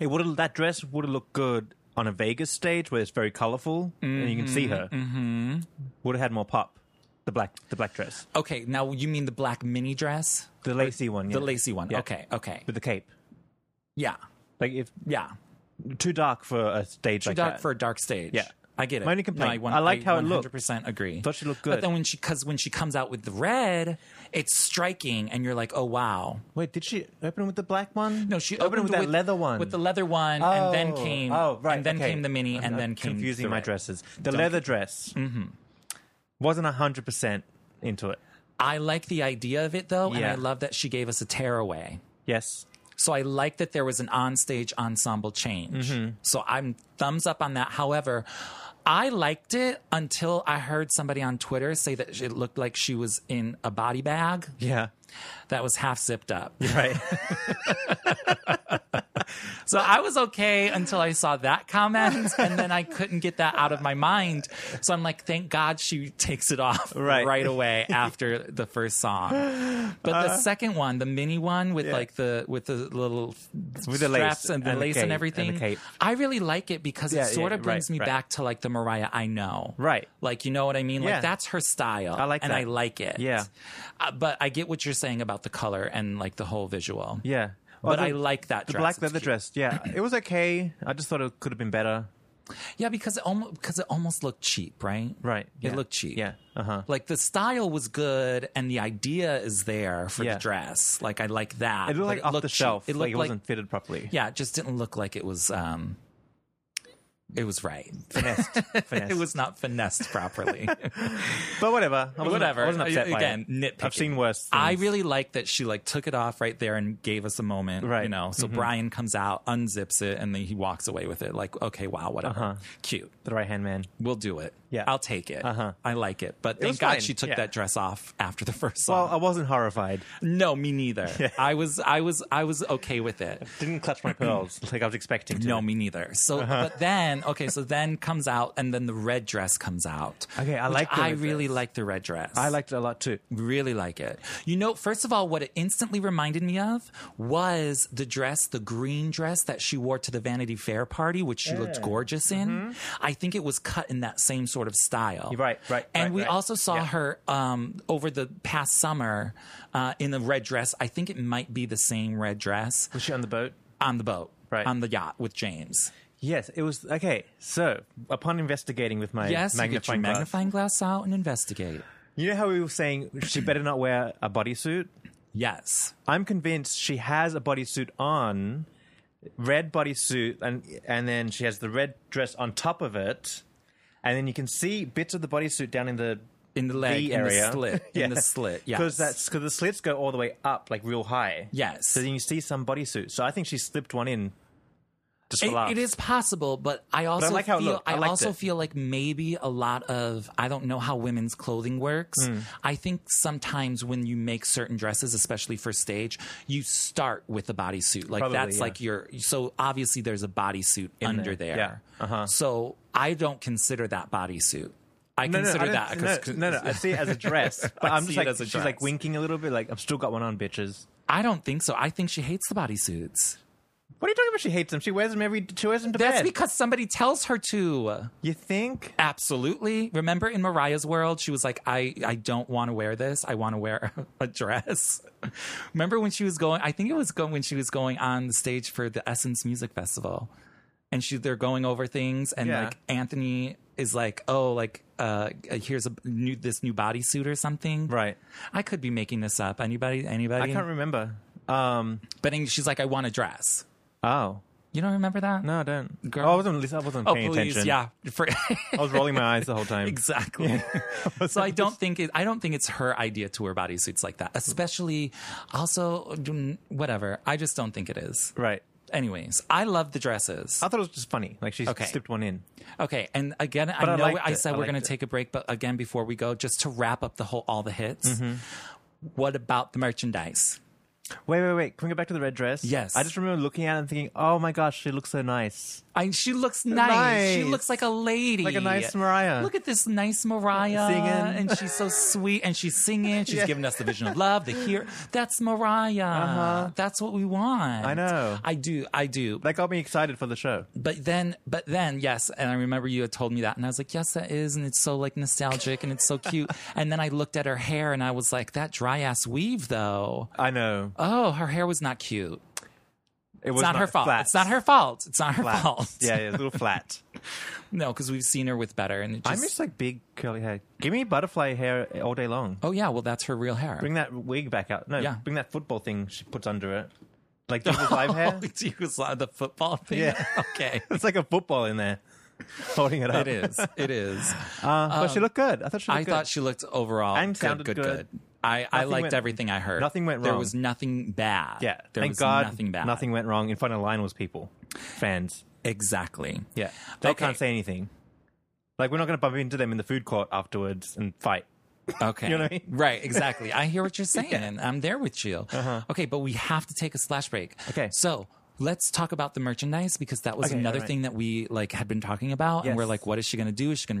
Speaker 1: It would have that dress would have looked good on a Vegas stage where it's very colorful and you can see her. Mm-hmm. Would have had more pop. The black, the black dress,
Speaker 2: Okay, now you mean the black mini dress,
Speaker 1: the lacy one,
Speaker 2: the
Speaker 1: yeah.
Speaker 2: lacy one?
Speaker 1: Yeah.
Speaker 2: Okay, okay,
Speaker 1: with the cape.
Speaker 2: yeah,
Speaker 1: Like if
Speaker 2: yeah.
Speaker 1: too dark for a stage
Speaker 2: Too
Speaker 1: like
Speaker 2: dark
Speaker 1: that.
Speaker 2: for a dark stage.
Speaker 1: Yeah.
Speaker 2: I get it.
Speaker 1: My only complaint, I liked how it looked.
Speaker 2: 100% agree.
Speaker 1: Thought she looked
Speaker 2: But
Speaker 1: good.
Speaker 2: then when she, because when she comes out with the red, it's striking, and you're like, oh wow.
Speaker 1: Wait, did she open with the black one?
Speaker 2: No, she
Speaker 1: opened,
Speaker 2: opened
Speaker 1: with that leather one.
Speaker 2: With the leather one, and then
Speaker 1: Oh,
Speaker 2: came,
Speaker 1: oh right,
Speaker 2: and then
Speaker 1: okay.
Speaker 2: came the mini,
Speaker 1: I'm-
Speaker 2: and
Speaker 1: I'm
Speaker 2: then came
Speaker 1: confusing
Speaker 2: the
Speaker 1: my
Speaker 2: red. Mm-hmm.
Speaker 1: dresses. The leather dress wasn't hundred percent into it.
Speaker 2: I like the idea of it though, and
Speaker 1: Yeah.
Speaker 2: I love that she gave us a tearaway.
Speaker 1: Yes,
Speaker 2: So I like that there was an onstage ensemble change. So I'm thumbs up on that. However, I liked it until I heard somebody on Twitter say that it looked like she was in a body bag
Speaker 1: yeah,
Speaker 2: that was half zipped up.
Speaker 1: right.
Speaker 2: So I was okay until I saw that comment, and then I couldn't get that out of my mind. So I'm like, thank God she takes it off
Speaker 1: Right.
Speaker 2: away after the first song. But the
Speaker 1: Uh-huh.
Speaker 2: second one, the mini one with like the with the little
Speaker 1: With
Speaker 2: with
Speaker 1: the
Speaker 2: the
Speaker 1: lace
Speaker 2: straps and the
Speaker 1: and the
Speaker 2: lace
Speaker 1: cape and
Speaker 2: and
Speaker 1: the
Speaker 2: everything,
Speaker 1: cape.
Speaker 2: I really like it because
Speaker 1: Yeah,
Speaker 2: it sort
Speaker 1: yeah,
Speaker 2: of brings
Speaker 1: right,
Speaker 2: me
Speaker 1: right.
Speaker 2: back to like the Mariah I know,
Speaker 1: Right.
Speaker 2: Like you know what I mean?
Speaker 1: Yeah.
Speaker 2: Like that's her style.
Speaker 1: I like
Speaker 2: and
Speaker 1: that.
Speaker 2: I like it.
Speaker 1: Yeah.
Speaker 2: Uh, but I get what you're saying about the color and like the whole visual.
Speaker 1: Yeah.
Speaker 2: But
Speaker 1: Oh,
Speaker 2: I like that
Speaker 1: the
Speaker 2: dress.
Speaker 1: black
Speaker 2: It's
Speaker 1: leather
Speaker 2: cute.
Speaker 1: dress. Yeah, it was okay. I just thought it could have been better.
Speaker 2: Yeah, because it almost because it almost looked cheap, right?
Speaker 1: Right. yeah.
Speaker 2: It looked cheap.
Speaker 1: Yeah. Uh huh.
Speaker 2: Like the style was good and the idea is there for
Speaker 1: Yeah.
Speaker 2: the dress. Like I like that.
Speaker 1: It
Speaker 2: but
Speaker 1: looked like off the
Speaker 2: cheap.
Speaker 1: shelf.
Speaker 2: It
Speaker 1: like,
Speaker 2: looked
Speaker 1: it
Speaker 2: like,
Speaker 1: wasn't fitted properly.
Speaker 2: yeah, it just didn't look like it was um it was right.
Speaker 1: Finessed. Finessed.
Speaker 2: It was not finessed properly.
Speaker 1: But whatever. I wasn't,
Speaker 2: Whatever.
Speaker 1: I wasn't upset
Speaker 2: Again,
Speaker 1: by it. I've
Speaker 2: nitpicking. Ah.
Speaker 1: seen worse. Things.
Speaker 2: I really like that she like took it off right there and gave us a moment.
Speaker 1: Right. Mm-hmm.
Speaker 2: You know, so Brian comes out, unzips it, and then he walks away with it. Like, okay, wow, whatever.
Speaker 1: Uh-huh.
Speaker 2: Cute.
Speaker 1: the right hand man.
Speaker 2: We'll do it.
Speaker 1: Yeah.
Speaker 2: I'll take it.
Speaker 1: Uh-huh.
Speaker 2: I like it. But
Speaker 1: was
Speaker 2: thank God
Speaker 1: fine.
Speaker 2: she took
Speaker 1: Yeah.
Speaker 2: that dress off after the first song.
Speaker 1: Well, I wasn't horrified.
Speaker 2: no, me neither. I was I was I was okay with it.
Speaker 1: Didn't clutch my pearls like I was expecting to.
Speaker 2: No, me neither. So
Speaker 1: Uh-huh.
Speaker 2: but then okay, so then comes out and then the red dress comes out.
Speaker 1: Okay, I
Speaker 2: which
Speaker 1: like the
Speaker 2: I
Speaker 1: red
Speaker 2: really
Speaker 1: dress.
Speaker 2: like the red dress.
Speaker 1: I liked it a lot too.
Speaker 2: really like it. You know, first of all, what it instantly reminded me of was the dress, the green dress that she wore to the Vanity Fair party, which she looked gorgeous in. I think it was cut in that same sort of style.
Speaker 1: Mm-hmm. Right, right,
Speaker 2: And
Speaker 1: right,
Speaker 2: we
Speaker 1: right.
Speaker 2: also saw
Speaker 1: Yeah.
Speaker 2: her um, over the past summer uh, in the red dress. I think it might be the same red dress
Speaker 1: Was she on the boat?
Speaker 2: on the boat,
Speaker 1: Right.
Speaker 2: on the yacht with James.
Speaker 1: Yes, it was okay. So, upon investigating with my
Speaker 2: Yes, you get your
Speaker 1: magnifying glass,
Speaker 2: magnifying glass out and investigate.
Speaker 1: you know how we were saying she better not wear a bodysuit.
Speaker 2: Yes.
Speaker 1: I'm convinced she has a bodysuit on, red bodysuit, and and then she has the red dress on top of it, and then you can see bits of the bodysuit down in the
Speaker 2: In the leg,
Speaker 1: V
Speaker 2: in the
Speaker 1: area,
Speaker 2: slit, in the slit. Yes.
Speaker 1: because that's because the slits go all the way up, like real high.
Speaker 2: Yes.
Speaker 1: so then you see some bodysuit. So I think she slipped one in. Just for
Speaker 2: It-
Speaker 1: laughs.
Speaker 2: it is possible, but I also
Speaker 1: like how it
Speaker 2: feel
Speaker 1: looked. I
Speaker 2: I,
Speaker 1: liked
Speaker 2: also
Speaker 1: it.
Speaker 2: feel like maybe a lot of I don't know how women's clothing works.
Speaker 1: Hmm.
Speaker 2: I think sometimes when you make certain dresses, especially for stage, you start with a bodysuit. Like
Speaker 1: Probably,
Speaker 2: that's
Speaker 1: yeah.
Speaker 2: like your so obviously there's a bodysuit
Speaker 1: there,
Speaker 2: under there.
Speaker 1: yeah. Uh-huh.
Speaker 2: So I don't consider that bodysuit. I
Speaker 1: No, no,
Speaker 2: consider
Speaker 1: I
Speaker 2: that
Speaker 1: don't-
Speaker 2: because
Speaker 1: no, no, no, I see it as a dress, but
Speaker 2: I
Speaker 1: I'm
Speaker 2: see
Speaker 1: just
Speaker 2: it
Speaker 1: like
Speaker 2: as a
Speaker 1: she's
Speaker 2: dress.
Speaker 1: like winking a little bit, like I've still got one on, bitches.
Speaker 2: I don't think so. I think she hates the bodysuits.
Speaker 1: What are you talking about? She hates them. She wears them every. She wears them to
Speaker 2: That's
Speaker 1: bed.
Speaker 2: because somebody tells her to.
Speaker 1: you think?
Speaker 2: Absolutely. Remember in Mariah's world, she was like, I, I don't want to wear this. I want to wear a dress. Remember when she was going, I think it was going when she was going on the stage for the Essence Music Festival. And she they're going over things and
Speaker 1: Yeah.
Speaker 2: like Anthony is like, Oh, like uh here's a new this new bodysuit or something.
Speaker 1: Right.
Speaker 2: I could be making this up. Anybody anybody
Speaker 1: I can't remember. Um.
Speaker 2: but then she's like, I want a dress.
Speaker 1: Oh
Speaker 2: You don't remember that?
Speaker 1: no, I don't.
Speaker 2: Girl.
Speaker 1: Oh, I wasn't. at least I wasn't
Speaker 2: Oh
Speaker 1: paying
Speaker 2: please,
Speaker 1: attention.
Speaker 2: yeah. For-
Speaker 1: I was rolling my eyes the whole time.
Speaker 2: Exactly. so I don't think it, I don't think it's her idea to wear bodysuits like that. Especially, also mm, whatever. I just don't think it is.
Speaker 1: Right.
Speaker 2: Anyways, I love the dresses.
Speaker 1: I thought it was just funny. Like she
Speaker 2: Okay.
Speaker 1: slipped one in.
Speaker 2: Okay, and again,
Speaker 1: But
Speaker 2: I
Speaker 1: I
Speaker 2: know
Speaker 1: liked
Speaker 2: I
Speaker 1: it.
Speaker 2: said
Speaker 1: I
Speaker 2: we're going to
Speaker 1: liked it.
Speaker 2: take a break, but again, before we go, just to wrap up the whole all the hits.
Speaker 1: Mm-hmm.
Speaker 2: What about the merchandise?
Speaker 1: Wait, wait, wait. Can we go back to the red dress?
Speaker 2: Yes.
Speaker 1: I just remember looking at it and thinking, oh my gosh, she looks so nice.
Speaker 2: I, she looks nice. She
Speaker 1: Nice.
Speaker 2: looks like a lady.
Speaker 1: Like a nice Mariah.
Speaker 2: Look at this nice Mariah.
Speaker 1: Singing.
Speaker 2: And she's so sweet. And she's singing. She's
Speaker 1: Yeah.
Speaker 2: giving us the vision of love, the here. That's Mariah. That's what we want.
Speaker 1: Uh-huh. I know.
Speaker 2: I do. I do.
Speaker 1: That got me excited for the show.
Speaker 2: But then, but then, yes. And I remember you had told me that. And I was like, yes, that is. And it's so like nostalgic and it's so cute. and then I looked at her hair and I was like, that dry ass weave though.
Speaker 1: I know.
Speaker 2: Oh, her hair was not cute.
Speaker 1: It was
Speaker 2: It's not, her fault.
Speaker 1: Flat.
Speaker 2: It's not her fault. It's not her
Speaker 1: Flat.
Speaker 2: fault.
Speaker 1: Yeah, yeah, a little flat.
Speaker 2: No, because we've seen her with better, and it
Speaker 1: I
Speaker 2: just,
Speaker 1: miss like big curly hair. Give me butterfly hair all day long.
Speaker 2: oh yeah, well that's her real hair.
Speaker 1: Bring that wig back out. No,
Speaker 2: Yeah.
Speaker 1: bring that football thing she puts under it. Like Jesus live hair.
Speaker 2: Do Oh, you saw the football thing?
Speaker 1: Yeah.
Speaker 2: Okay.
Speaker 1: It's like a football in there, holding it up.
Speaker 2: It is. It is.
Speaker 1: Uh, but she looked good. I thought she looked
Speaker 2: I
Speaker 1: good.
Speaker 2: thought she looked overall
Speaker 1: And
Speaker 2: good,
Speaker 1: sounded
Speaker 2: good,
Speaker 1: good.
Speaker 2: good. I, I
Speaker 1: Nothing
Speaker 2: liked
Speaker 1: went-
Speaker 2: everything I heard.
Speaker 1: nothing went
Speaker 2: There
Speaker 1: wrong.
Speaker 2: was nothing bad.
Speaker 1: yeah.
Speaker 2: There
Speaker 1: Thank
Speaker 2: was
Speaker 1: God.
Speaker 2: nothing bad.
Speaker 1: Nothing went wrong in front of Lionel's people, fans.
Speaker 2: Exactly.
Speaker 1: Yeah. They
Speaker 2: Okay.
Speaker 1: can't say anything. Like, we're not going to bump into them in the food court afterwards and fight.
Speaker 2: Okay.
Speaker 1: You know what I mean?
Speaker 2: Right, exactly. I hear what you're saying. I'm there with you. Okay, but we have to take a slash break.
Speaker 1: Uh-huh. Okay.
Speaker 2: So let's talk about the merchandise because that was
Speaker 1: Okay,
Speaker 2: another
Speaker 1: alright.
Speaker 2: thing that we like had been talking about. And
Speaker 1: Yes.
Speaker 2: we're like, what is she gonna do? Is she gonna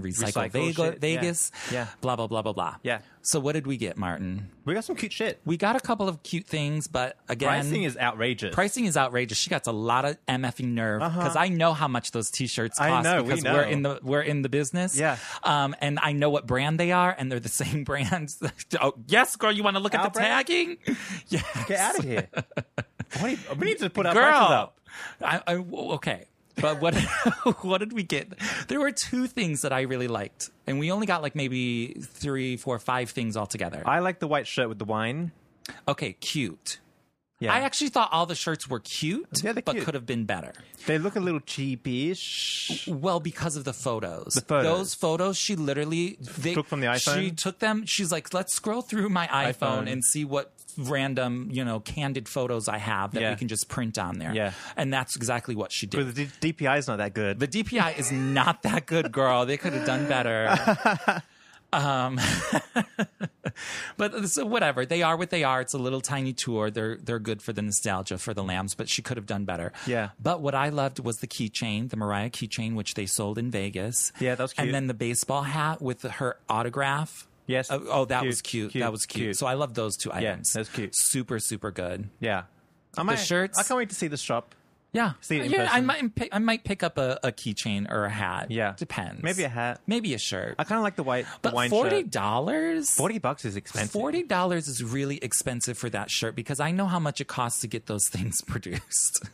Speaker 1: Recycle
Speaker 2: recycle, Vega-
Speaker 1: shit, yeah.
Speaker 2: Vegas?
Speaker 1: Yeah.
Speaker 2: Blah blah blah blah blah.
Speaker 1: Yeah.
Speaker 2: So what did we get, Martin?
Speaker 1: We got some cute shit.
Speaker 2: We got a couple of cute things, but again
Speaker 1: Pricing is outrageous.
Speaker 2: pricing is outrageous. She got a lot of MFing nerve because I know how much those T-shirts
Speaker 1: Uh-huh. I
Speaker 2: cost
Speaker 1: know, we
Speaker 2: because
Speaker 1: know.
Speaker 2: are in the we're in the business.
Speaker 1: Yeah.
Speaker 2: um, and I know what brand they are, and they're the same brands. oh, yes, girl, you want to look
Speaker 1: Our
Speaker 2: at the
Speaker 1: brand?
Speaker 2: tagging? Yes,
Speaker 1: Get out of here. What do you- we need to put our prices
Speaker 2: girl.
Speaker 1: up.
Speaker 2: I, I okay. But what what did we get? There were two things that I really liked, and we only got like maybe three, four, five things altogether.
Speaker 1: I like the white shirt with the wine.
Speaker 2: okay, cute.
Speaker 1: Yeah.
Speaker 2: I actually thought all the shirts were cute,
Speaker 1: Yeah, they're
Speaker 2: but
Speaker 1: cute.
Speaker 2: could have been better.
Speaker 1: they look a little cheapish.
Speaker 2: Well, because of the photos. The
Speaker 1: photos.
Speaker 2: Those photos, she literally they,
Speaker 1: Took from the iPhone?
Speaker 2: She took them. She's like, let's scroll through my iPhone,
Speaker 1: iPhone.
Speaker 2: and see what random, you know, candid photos I have that
Speaker 1: Yeah.
Speaker 2: we can just print on there.
Speaker 1: Yeah.
Speaker 2: And that's exactly what she did.
Speaker 1: But the D- DPI is not that good.
Speaker 2: The DPI is not that good, girl. They could have done better. Um, but uh, so whatever. They are what they are. It's a little tiny tour. They're they're good for the nostalgia for the lambs, but she could have done better.
Speaker 1: Yeah.
Speaker 2: But what I loved was the keychain, the Mariah keychain, which they sold in Vegas.
Speaker 1: Yeah, that was cute.
Speaker 2: And then the baseball hat with her autograph.
Speaker 1: Yes.
Speaker 2: Oh, oh, that
Speaker 1: Cute,
Speaker 2: was cute.
Speaker 1: cute,
Speaker 2: That was cute.
Speaker 1: cute.
Speaker 2: So I love those two items.
Speaker 1: that's cute.
Speaker 2: Super, super good.
Speaker 1: yeah. I might,
Speaker 2: shirts.
Speaker 1: I can't wait to see the shop.
Speaker 2: Yeah,
Speaker 1: See it in
Speaker 2: yeah. I
Speaker 1: person.
Speaker 2: might, pick, I might pick up a, a keychain or a hat.
Speaker 1: Yeah.
Speaker 2: depends.
Speaker 1: Maybe a hat.
Speaker 2: maybe a shirt.
Speaker 1: I kind of like the white the
Speaker 2: but
Speaker 1: wine
Speaker 2: forty
Speaker 1: shirt.
Speaker 2: dollars.
Speaker 1: 40 bucks is expensive.
Speaker 2: Forty dollars is really expensive for that shirt because I know how much it costs to get those things produced.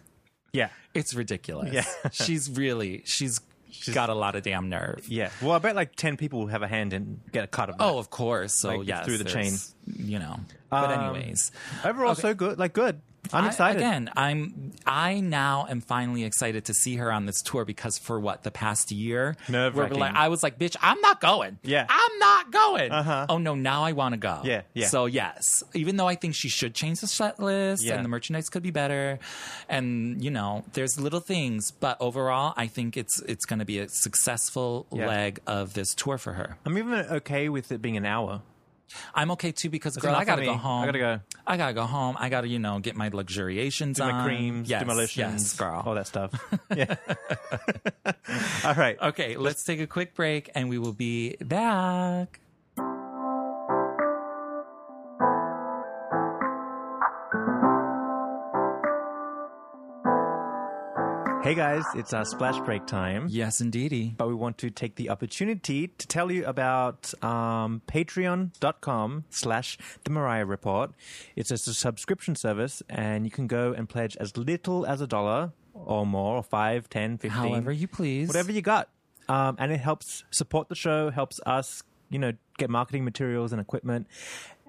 Speaker 1: Yeah.
Speaker 2: It's ridiculous.
Speaker 1: Yeah.
Speaker 2: she's really she's got a lot of damn nerve.
Speaker 1: Yeah. Well, I bet like 10 people will have a hand and get a cut of that.
Speaker 2: Oh, of course. So
Speaker 1: Like, it's
Speaker 2: yeah, yes,
Speaker 1: through the chain.
Speaker 2: there's- You know. But
Speaker 1: Um,
Speaker 2: anyways,
Speaker 1: Overall, so good. Like, good. I'm
Speaker 2: I-
Speaker 1: excited.
Speaker 2: again, I'm I now am finally excited to see her on this tour because for what the past year, we're
Speaker 1: Nerve-wracking.
Speaker 2: like, I was like, bitch, I'm not going.
Speaker 1: Yeah.
Speaker 2: I'm not going. Uh-huh. Oh no, now I want to go.
Speaker 1: Yeah, yeah.
Speaker 2: So yes, even though I think she should change the set list
Speaker 1: Yeah.
Speaker 2: and the merchandise could be better, and you know, there's little things, but overall, I think it's it's going to be a successful
Speaker 1: Yeah.
Speaker 2: leg of this tour for her.
Speaker 1: I'm even okay with it being an hour.
Speaker 2: I'm okay too because girl,
Speaker 1: enough
Speaker 2: I
Speaker 1: for
Speaker 2: gotta
Speaker 1: me.
Speaker 2: go
Speaker 1: I
Speaker 2: home.
Speaker 1: gotta go.
Speaker 2: I gotta go home. I gotta you know get my luxuriations
Speaker 1: Do
Speaker 2: on.
Speaker 1: my creams,
Speaker 2: yes,
Speaker 1: do my lotions,
Speaker 2: yes, girl.
Speaker 1: all that stuff. Yeah. all right.
Speaker 2: Okay, let's take a quick break and we will be back.
Speaker 1: Hey guys, it's our splash break time.
Speaker 2: Yes, indeedy.
Speaker 1: But we want to take the opportunity to tell you about um, patreon.com slash the Mariah Report. It's just a subscription service and you can go and pledge as little as a dollar or more, or five, ten, fifteen.
Speaker 2: However you please.
Speaker 1: whatever you got. Um, and it helps support the show, helps us, you know, get marketing materials and equipment,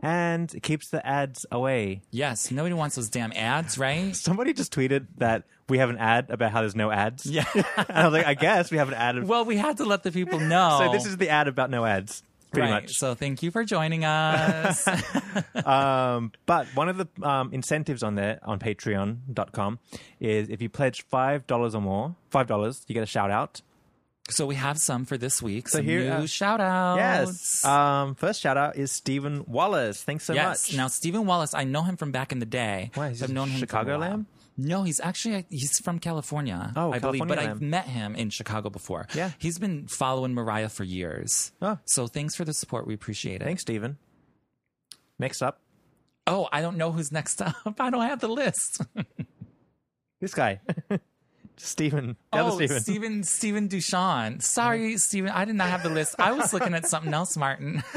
Speaker 1: and it keeps the ads away.
Speaker 2: Yes, nobody wants those damn ads, right?
Speaker 1: Somebody just tweeted that we have an ad about how there's no ads. Yeah. and I was like, I guess we have an ad. Of-
Speaker 2: Well, we had to let the people know.
Speaker 1: so this is the ad about no ads, pretty
Speaker 2: Oh. Right,
Speaker 1: much.
Speaker 2: So thank you for joining us.
Speaker 1: um, but one of the um, incentives on there on patreon.com is if you pledge $5 or more, $5, you get a shout out.
Speaker 2: so we have some for this week. So
Speaker 1: here,
Speaker 2: new
Speaker 1: uh,
Speaker 2: shout outs.
Speaker 1: Yes. Um, first shout out is Stephen Wallace. Thanks so
Speaker 2: yes.
Speaker 1: much.
Speaker 2: Now Stephen Wallace, I know him from back in the day.
Speaker 1: Why, is
Speaker 2: I've
Speaker 1: he
Speaker 2: known him for a
Speaker 1: Chicago
Speaker 2: while.
Speaker 1: Lamb?
Speaker 2: No, he's actually he's from California.
Speaker 1: Oh,
Speaker 2: I believe,
Speaker 1: California
Speaker 2: but I've
Speaker 1: Lamb.
Speaker 2: met him in Chicago before.
Speaker 1: Yeah.
Speaker 2: he's been following Mariah for years.
Speaker 1: Oh.
Speaker 2: So thanks for the support. We appreciate it.
Speaker 1: Thanks, Stephen. Next up,
Speaker 2: Oh, I don't know who's next up. I don't have the list.
Speaker 1: this guy, Stephen. The
Speaker 2: oh,
Speaker 1: other Stephen.
Speaker 2: Stephen Stephen Duchamp. Sorry, Stephen, I did not have the list. I was looking at something else, Martin.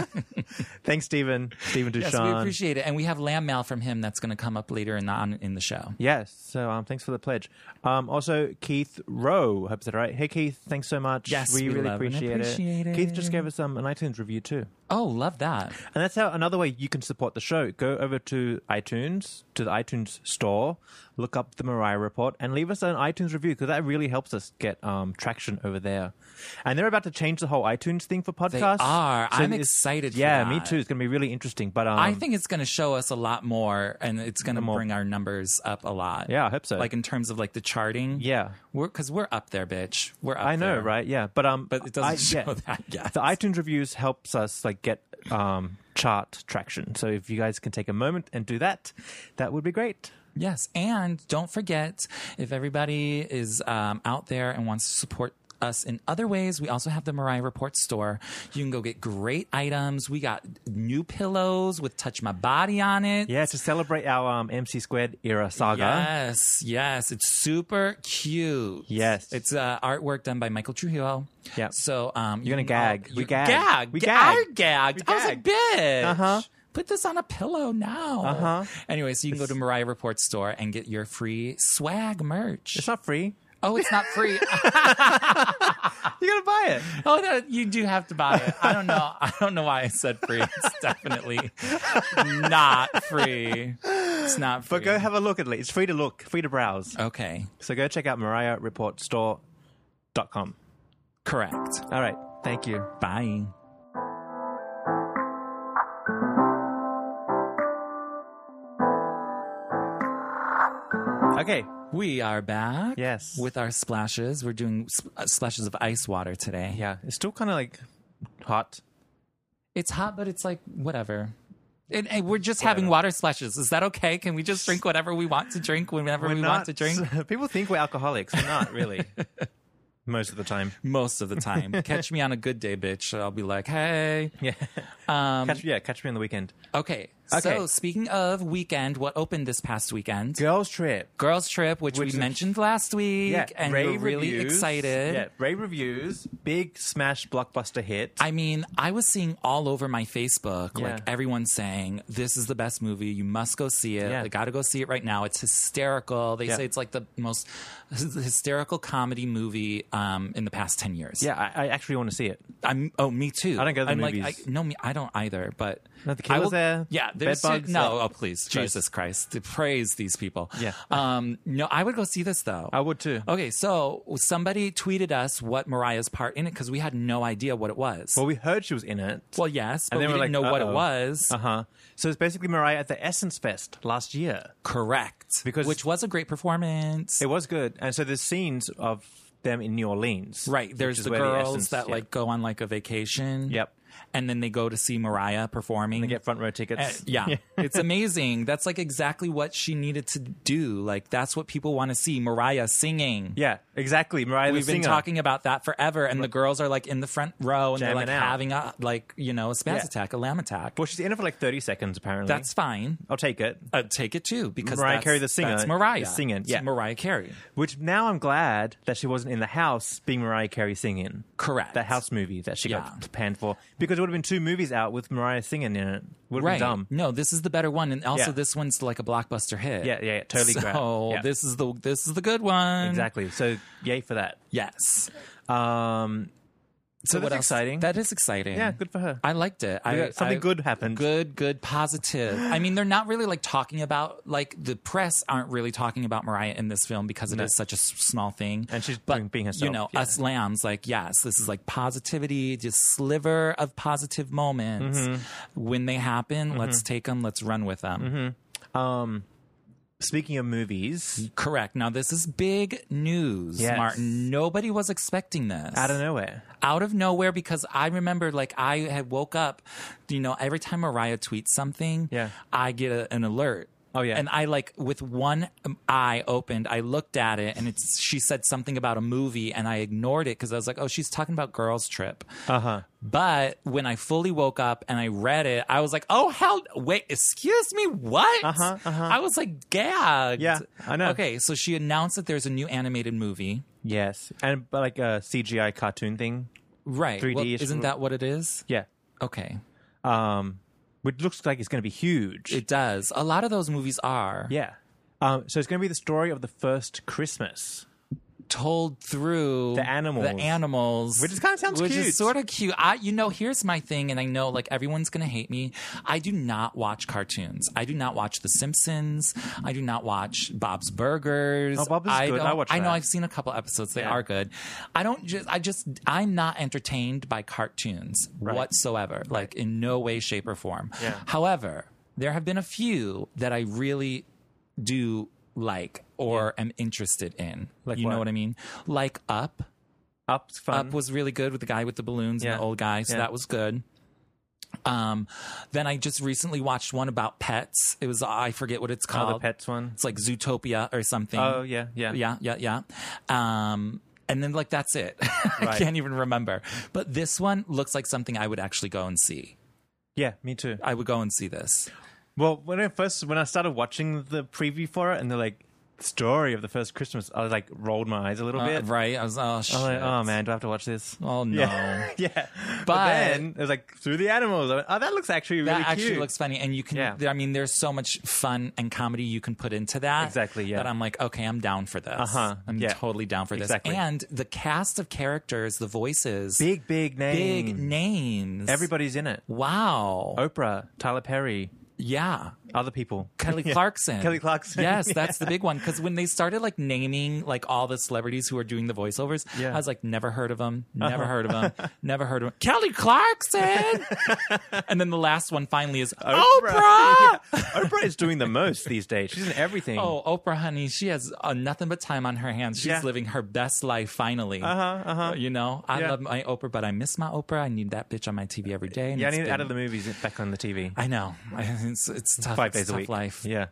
Speaker 1: Thanks, Stephen. Stephen Duchamp.
Speaker 2: yes, we appreciate it, and we have lamb mail from him that's going to come up later in the on, in the show.
Speaker 1: Yes. So um, thanks for the pledge. Um, also, Keith Rowe. Hope I said it right. Hey, Keith. Thanks so much.
Speaker 2: Yes,
Speaker 1: we,
Speaker 2: we
Speaker 1: really
Speaker 2: love and
Speaker 1: appreciate,
Speaker 2: appreciate it.
Speaker 1: Keith just gave us um, an iTunes review too,
Speaker 2: Oh, love that.
Speaker 1: and that's how another way you can support the show. Go over to iTunes, to the iTunes store, look up the Mariah Report, and leave us an iTunes review because that really helps us get um, traction over there. And they're about to change the whole iTunes thing for podcasts.
Speaker 2: are. I'm
Speaker 1: it's-
Speaker 2: excited for
Speaker 1: Yeah, me
Speaker 2: that.
Speaker 1: too. It's going to be really interesting. But um,
Speaker 2: I think it's going to show us a lot more, and it's going to
Speaker 1: More.
Speaker 2: bring our numbers up a lot.
Speaker 1: Yeah, I hope so.
Speaker 2: Like in terms of like the charting.
Speaker 1: Yeah.
Speaker 2: we're because we're up there, bitch. We're up.
Speaker 1: I know,
Speaker 2: there.
Speaker 1: right? Yeah, but um,
Speaker 2: But it doesn't
Speaker 1: I-
Speaker 2: show
Speaker 1: yeah.
Speaker 2: that yet.
Speaker 1: The iTunes reviews helps us like get um chart traction. So if you guys can take a moment and do that, that would be great.
Speaker 2: Yes, and don't forget if everybody is um, out there and wants to support us in other ways, we also have the Mariah Report store. You can go get great items. We got new pillows with "Touch My Body" on it.
Speaker 1: Yeah, to celebrate our um MC squared era saga.
Speaker 2: Yes, yes, it's super cute.
Speaker 1: Yes.
Speaker 2: it's uh, artwork done by Michael Trujillo.
Speaker 1: Yeah.
Speaker 2: So um,
Speaker 1: You're gonna
Speaker 2: you can go-
Speaker 1: gag. We
Speaker 2: you-
Speaker 1: gag.
Speaker 2: gag.
Speaker 1: We
Speaker 2: Ga-
Speaker 1: gag.
Speaker 2: I gagged.
Speaker 1: We
Speaker 2: I was like, bitch.
Speaker 1: Uh-huh.
Speaker 2: Put this on a pillow now. Uh huh. Anyway, so you can go to Mariah Report store and get your free swag merch.
Speaker 1: It's not free.
Speaker 2: oh, it's not free.
Speaker 1: You gotta buy it.
Speaker 2: oh, no, you do have to buy it. I don't know. I don't know why I said free. It's definitely not free. It's not free.
Speaker 1: But go have a look at least. It's free to look, free to browse.
Speaker 2: okay.
Speaker 1: So go check out mariahreportstore.com.
Speaker 2: Correct.
Speaker 1: All right. Thank you.
Speaker 2: Bye.
Speaker 1: Okay.
Speaker 2: We are back.
Speaker 1: Yes.
Speaker 2: With our splashes. We're doing sp- uh, splashes of ice water today.
Speaker 1: Yeah, it's still kind of like hot.
Speaker 2: It's hot, but it's like whatever. And, and we're just having water splashes. Is that okay? Can we just drink whatever we want to drink whenever we want to drink?
Speaker 1: People think we're alcoholics. We're not really. Most of the time.
Speaker 2: Most of the time. Catch me on a good day, bitch. I'll be like, hey.
Speaker 1: Yeah. catch, yeah, catch me on the weekend.
Speaker 2: Okay. So,
Speaker 1: Okay.
Speaker 2: speaking of weekend, what opened this past weekend?
Speaker 1: Girls trip.
Speaker 2: Girls Trip, which,
Speaker 1: Which
Speaker 2: we
Speaker 1: is-
Speaker 2: mentioned last week. and
Speaker 1: rave
Speaker 2: we're really
Speaker 1: reviews.
Speaker 2: excited.
Speaker 1: Yeah, rave reviews, big smash blockbuster hit.
Speaker 2: I mean, I was seeing all over my Facebook, like
Speaker 1: Yeah.
Speaker 2: everyone saying, This is the best movie. You must go see it.
Speaker 1: Yeah.
Speaker 2: I gotta go see it right now. It's hysterical. They
Speaker 1: Yeah.
Speaker 2: say it's like the most hy- hysterical comedy movie um, in the past 10 years.
Speaker 1: yeah, I, I actually want to see it.
Speaker 2: I'm, oh, me too.
Speaker 1: I don't go to the
Speaker 2: I'm
Speaker 1: movies.
Speaker 2: Like, I, no, me, I don't either, but.
Speaker 1: No, the
Speaker 2: I
Speaker 1: killer's
Speaker 2: will-
Speaker 1: there,
Speaker 2: Yeah.
Speaker 1: bed
Speaker 2: There's
Speaker 1: bugs,
Speaker 2: no,
Speaker 1: yeah.
Speaker 2: oh, please. Jesus Christ. To praise these people.
Speaker 1: Yeah.
Speaker 2: Um, no, I would go see this though.
Speaker 1: I would too.
Speaker 2: Okay, so somebody tweeted us what Mariah's part in it because we had no idea what it was.
Speaker 1: Well, we heard she was in it.
Speaker 2: Well, yes, but
Speaker 1: then
Speaker 2: we
Speaker 1: we're
Speaker 2: didn't
Speaker 1: like,
Speaker 2: know what it
Speaker 1: uh-oh.
Speaker 2: was.
Speaker 1: Uh huh. So it's basically Mariah at the Essence Fest last year.
Speaker 2: Correct.
Speaker 1: Because-
Speaker 2: which was a great performance.
Speaker 1: It was good. And so there's scenes of them in New Orleans.
Speaker 2: right.
Speaker 1: which
Speaker 2: There's
Speaker 1: is
Speaker 2: the
Speaker 1: where
Speaker 2: girls
Speaker 1: Essence-
Speaker 2: that
Speaker 1: yeah.
Speaker 2: like go on like a vacation.
Speaker 1: Yep.
Speaker 2: and then they go to see Mariah performing.
Speaker 1: Get front row tickets.
Speaker 2: Uh, yeah. it's amazing. That's like exactly what she needed to do. Like that's what people want to see. Mariah singing.
Speaker 1: Yeah, exactly. Mariah the
Speaker 2: We've been
Speaker 1: singer.
Speaker 2: talking about that forever, and the girls are like in the front row and they're
Speaker 1: Jamming
Speaker 2: like
Speaker 1: out.
Speaker 2: having a like you know a spaz
Speaker 1: Yeah.
Speaker 2: attack, a lamb attack.
Speaker 1: Well, she's in it for like 30 seconds, apparently.
Speaker 2: that's fine.
Speaker 1: I'll take it.
Speaker 2: Uh, take it too because
Speaker 1: Mariah
Speaker 2: that's,
Speaker 1: Carey, the singer,
Speaker 2: That's Mariah
Speaker 1: is singing,
Speaker 2: It's
Speaker 1: yeah.
Speaker 2: Mariah Carey.
Speaker 1: Which now I'm glad that she wasn't in the house being Mariah Carey singing.
Speaker 2: Correct.
Speaker 1: That house movie that she
Speaker 2: Yeah.
Speaker 1: got panned for. Because it would have been two movies out with Mariah singing in it. Would have
Speaker 2: Right. Mm-hmm.
Speaker 1: been dumb.
Speaker 2: No, this is the better one, and also
Speaker 1: Yeah.
Speaker 2: this one's like a blockbuster hit.
Speaker 1: Yeah, yeah, yeah, totally
Speaker 2: So
Speaker 1: great. Yeah.
Speaker 2: this is the this is the good one.
Speaker 1: Exactly. So, yay for that.
Speaker 2: Yes.
Speaker 1: Um, so, that's
Speaker 2: what else?
Speaker 1: exciting.
Speaker 2: That is exciting.
Speaker 1: yeah, good for her.
Speaker 2: I liked it.
Speaker 1: We
Speaker 2: I,
Speaker 1: got- something
Speaker 2: I-
Speaker 1: good happened.
Speaker 2: Good, good, positive. I mean, they're not really like talking about like the press aren't really talking about Mariah in this film because it is such a s- small thing.
Speaker 1: And she's
Speaker 2: but,
Speaker 1: doing- being herself,
Speaker 2: You know,
Speaker 1: yeah.
Speaker 2: us lambs, like yes, this is like positivity, just sliver of positive moments.
Speaker 1: Mm-hmm.
Speaker 2: When they happen, let's take them. Let's run with them.
Speaker 1: Mm-hmm. Speaking of movies,
Speaker 2: Correct. Now this is big news,
Speaker 1: Yes.
Speaker 2: Martin. Nobody was expecting this
Speaker 1: out of nowhere.
Speaker 2: out of nowhere because I remember like I had woke up, you know, every time Mariah tweets something,
Speaker 1: Yeah.
Speaker 2: I get a, an alert.
Speaker 1: Oh, yeah.
Speaker 2: and I like with one um, eye opened, I looked at it, and it's she said something about a movie, and I ignored it because I was like, oh, she's talking about Girls Trip. Uh huh. But when I fully woke up and I read it, I was like, oh hell, wait, excuse me, what? Uh huh. Uh-huh. I was like gagged.
Speaker 1: Yeah, I know.
Speaker 2: Okay, so she announced that there's a new animated movie.
Speaker 1: Yes. And but like a CGI cartoon thing.
Speaker 2: Right.
Speaker 1: 3D
Speaker 2: Well,
Speaker 1: -ish.
Speaker 2: isn't that what it is?
Speaker 1: Yeah.
Speaker 2: Okay.
Speaker 1: Um, which looks like it's going to be huge.
Speaker 2: It does. A lot of those movies are
Speaker 1: yeah. Um, so it's going to be the story of the first Christmas.
Speaker 2: told through
Speaker 1: The animals.
Speaker 2: the animals,
Speaker 1: Which is kinda sounds
Speaker 2: which
Speaker 1: cute.
Speaker 2: is sort of cute. I, you know, here's my thing, and I know like everyone's gonna hate me. I do not watch cartoons. I do not watch The Simpsons. I do not watch Bob's Burgers.
Speaker 1: Oh, Bob is
Speaker 2: I
Speaker 1: good.
Speaker 2: don't-
Speaker 1: I watch
Speaker 2: know
Speaker 1: that.
Speaker 2: I've seen a couple episodes. They
Speaker 1: Yeah.
Speaker 2: are good. I don't just. I just. I'm not entertained by cartoons whatsoever. Like in no way, shape, or form.
Speaker 1: Yeah.
Speaker 2: However, there have been a few that I really do like or am interested in. Like you
Speaker 1: what?
Speaker 2: know what I mean? Like Up.
Speaker 1: Up's fun.
Speaker 2: Up was really good with the guy with the balloons
Speaker 1: Yeah.
Speaker 2: and the old guy, so
Speaker 1: Yeah.
Speaker 2: that was good. Um, then I just recently watched one about pets. It was I forget what it's
Speaker 1: Oh,
Speaker 2: called.
Speaker 1: the pets one.
Speaker 2: It's like Zootopia or something.
Speaker 1: Oh yeah, yeah,
Speaker 2: Mm-hmm. yeah, yeah, yeah. Um, and then like that's it. I
Speaker 1: Right.
Speaker 2: can't even remember. But this one looks like something I would actually go and see.
Speaker 1: yeah. Me too.
Speaker 2: I would go and see this.
Speaker 1: Well, when I first when I started watching the preview for it, and they're like story of the first Christmas, I was like rolled my eyes a little
Speaker 2: Uh,
Speaker 1: bit.
Speaker 2: right? I was oh shit.
Speaker 1: I'm like, oh man, do I have to watch this?
Speaker 2: Oh no.
Speaker 1: Yeah, yeah. But,
Speaker 2: But-
Speaker 1: then it was like through the animals. I went, oh, that looks actually really
Speaker 2: that actually
Speaker 1: cute.
Speaker 2: looks funny and you can
Speaker 1: Yeah.
Speaker 2: there- i mean there's so much fun and comedy you can put into that
Speaker 1: Exactly, yeah.
Speaker 2: that i'm like okay i'm down for this
Speaker 1: Uh-huh,
Speaker 2: i'm
Speaker 1: yeah.
Speaker 2: totally down for this
Speaker 1: Exactly.
Speaker 2: and the cast of characters the voices
Speaker 1: big, big name.
Speaker 2: big names
Speaker 1: Everybody's in it.
Speaker 2: wow
Speaker 1: Oh. Oprah, Tyler Perry,
Speaker 2: yeah
Speaker 1: other people.
Speaker 2: Kelly
Speaker 1: Yeah.
Speaker 2: Clarkson.
Speaker 1: Kelly Clarkson.
Speaker 2: Yes, that's the big one. Because when they started like naming like all the celebrities who are doing the voiceovers,
Speaker 1: Yeah. Uh-huh.
Speaker 2: I was like, never heard of them, never heard of them, never heard of them. Kelly Clarkson. and then the last one finally is Oprah.
Speaker 1: Yeah. Oprah is doing the most these days. She's in everything.
Speaker 2: Oh, Oprah, honey, she has uh, nothing but time on her hands. She's
Speaker 1: Yeah. Uh-huh,
Speaker 2: living her best life finally. Uh huh. Uh huh. You know, I
Speaker 1: Yeah.
Speaker 2: love my Oprah, but I miss my Oprah. I need that bitch on my TV every day. and
Speaker 1: yeah, I
Speaker 2: it's
Speaker 1: need it
Speaker 2: been-
Speaker 1: out of the movies back on the TV.
Speaker 2: I know. It's it's tough.
Speaker 1: Five
Speaker 2: It's
Speaker 1: days a
Speaker 2: tough
Speaker 1: week.
Speaker 2: Life.
Speaker 1: Yeah.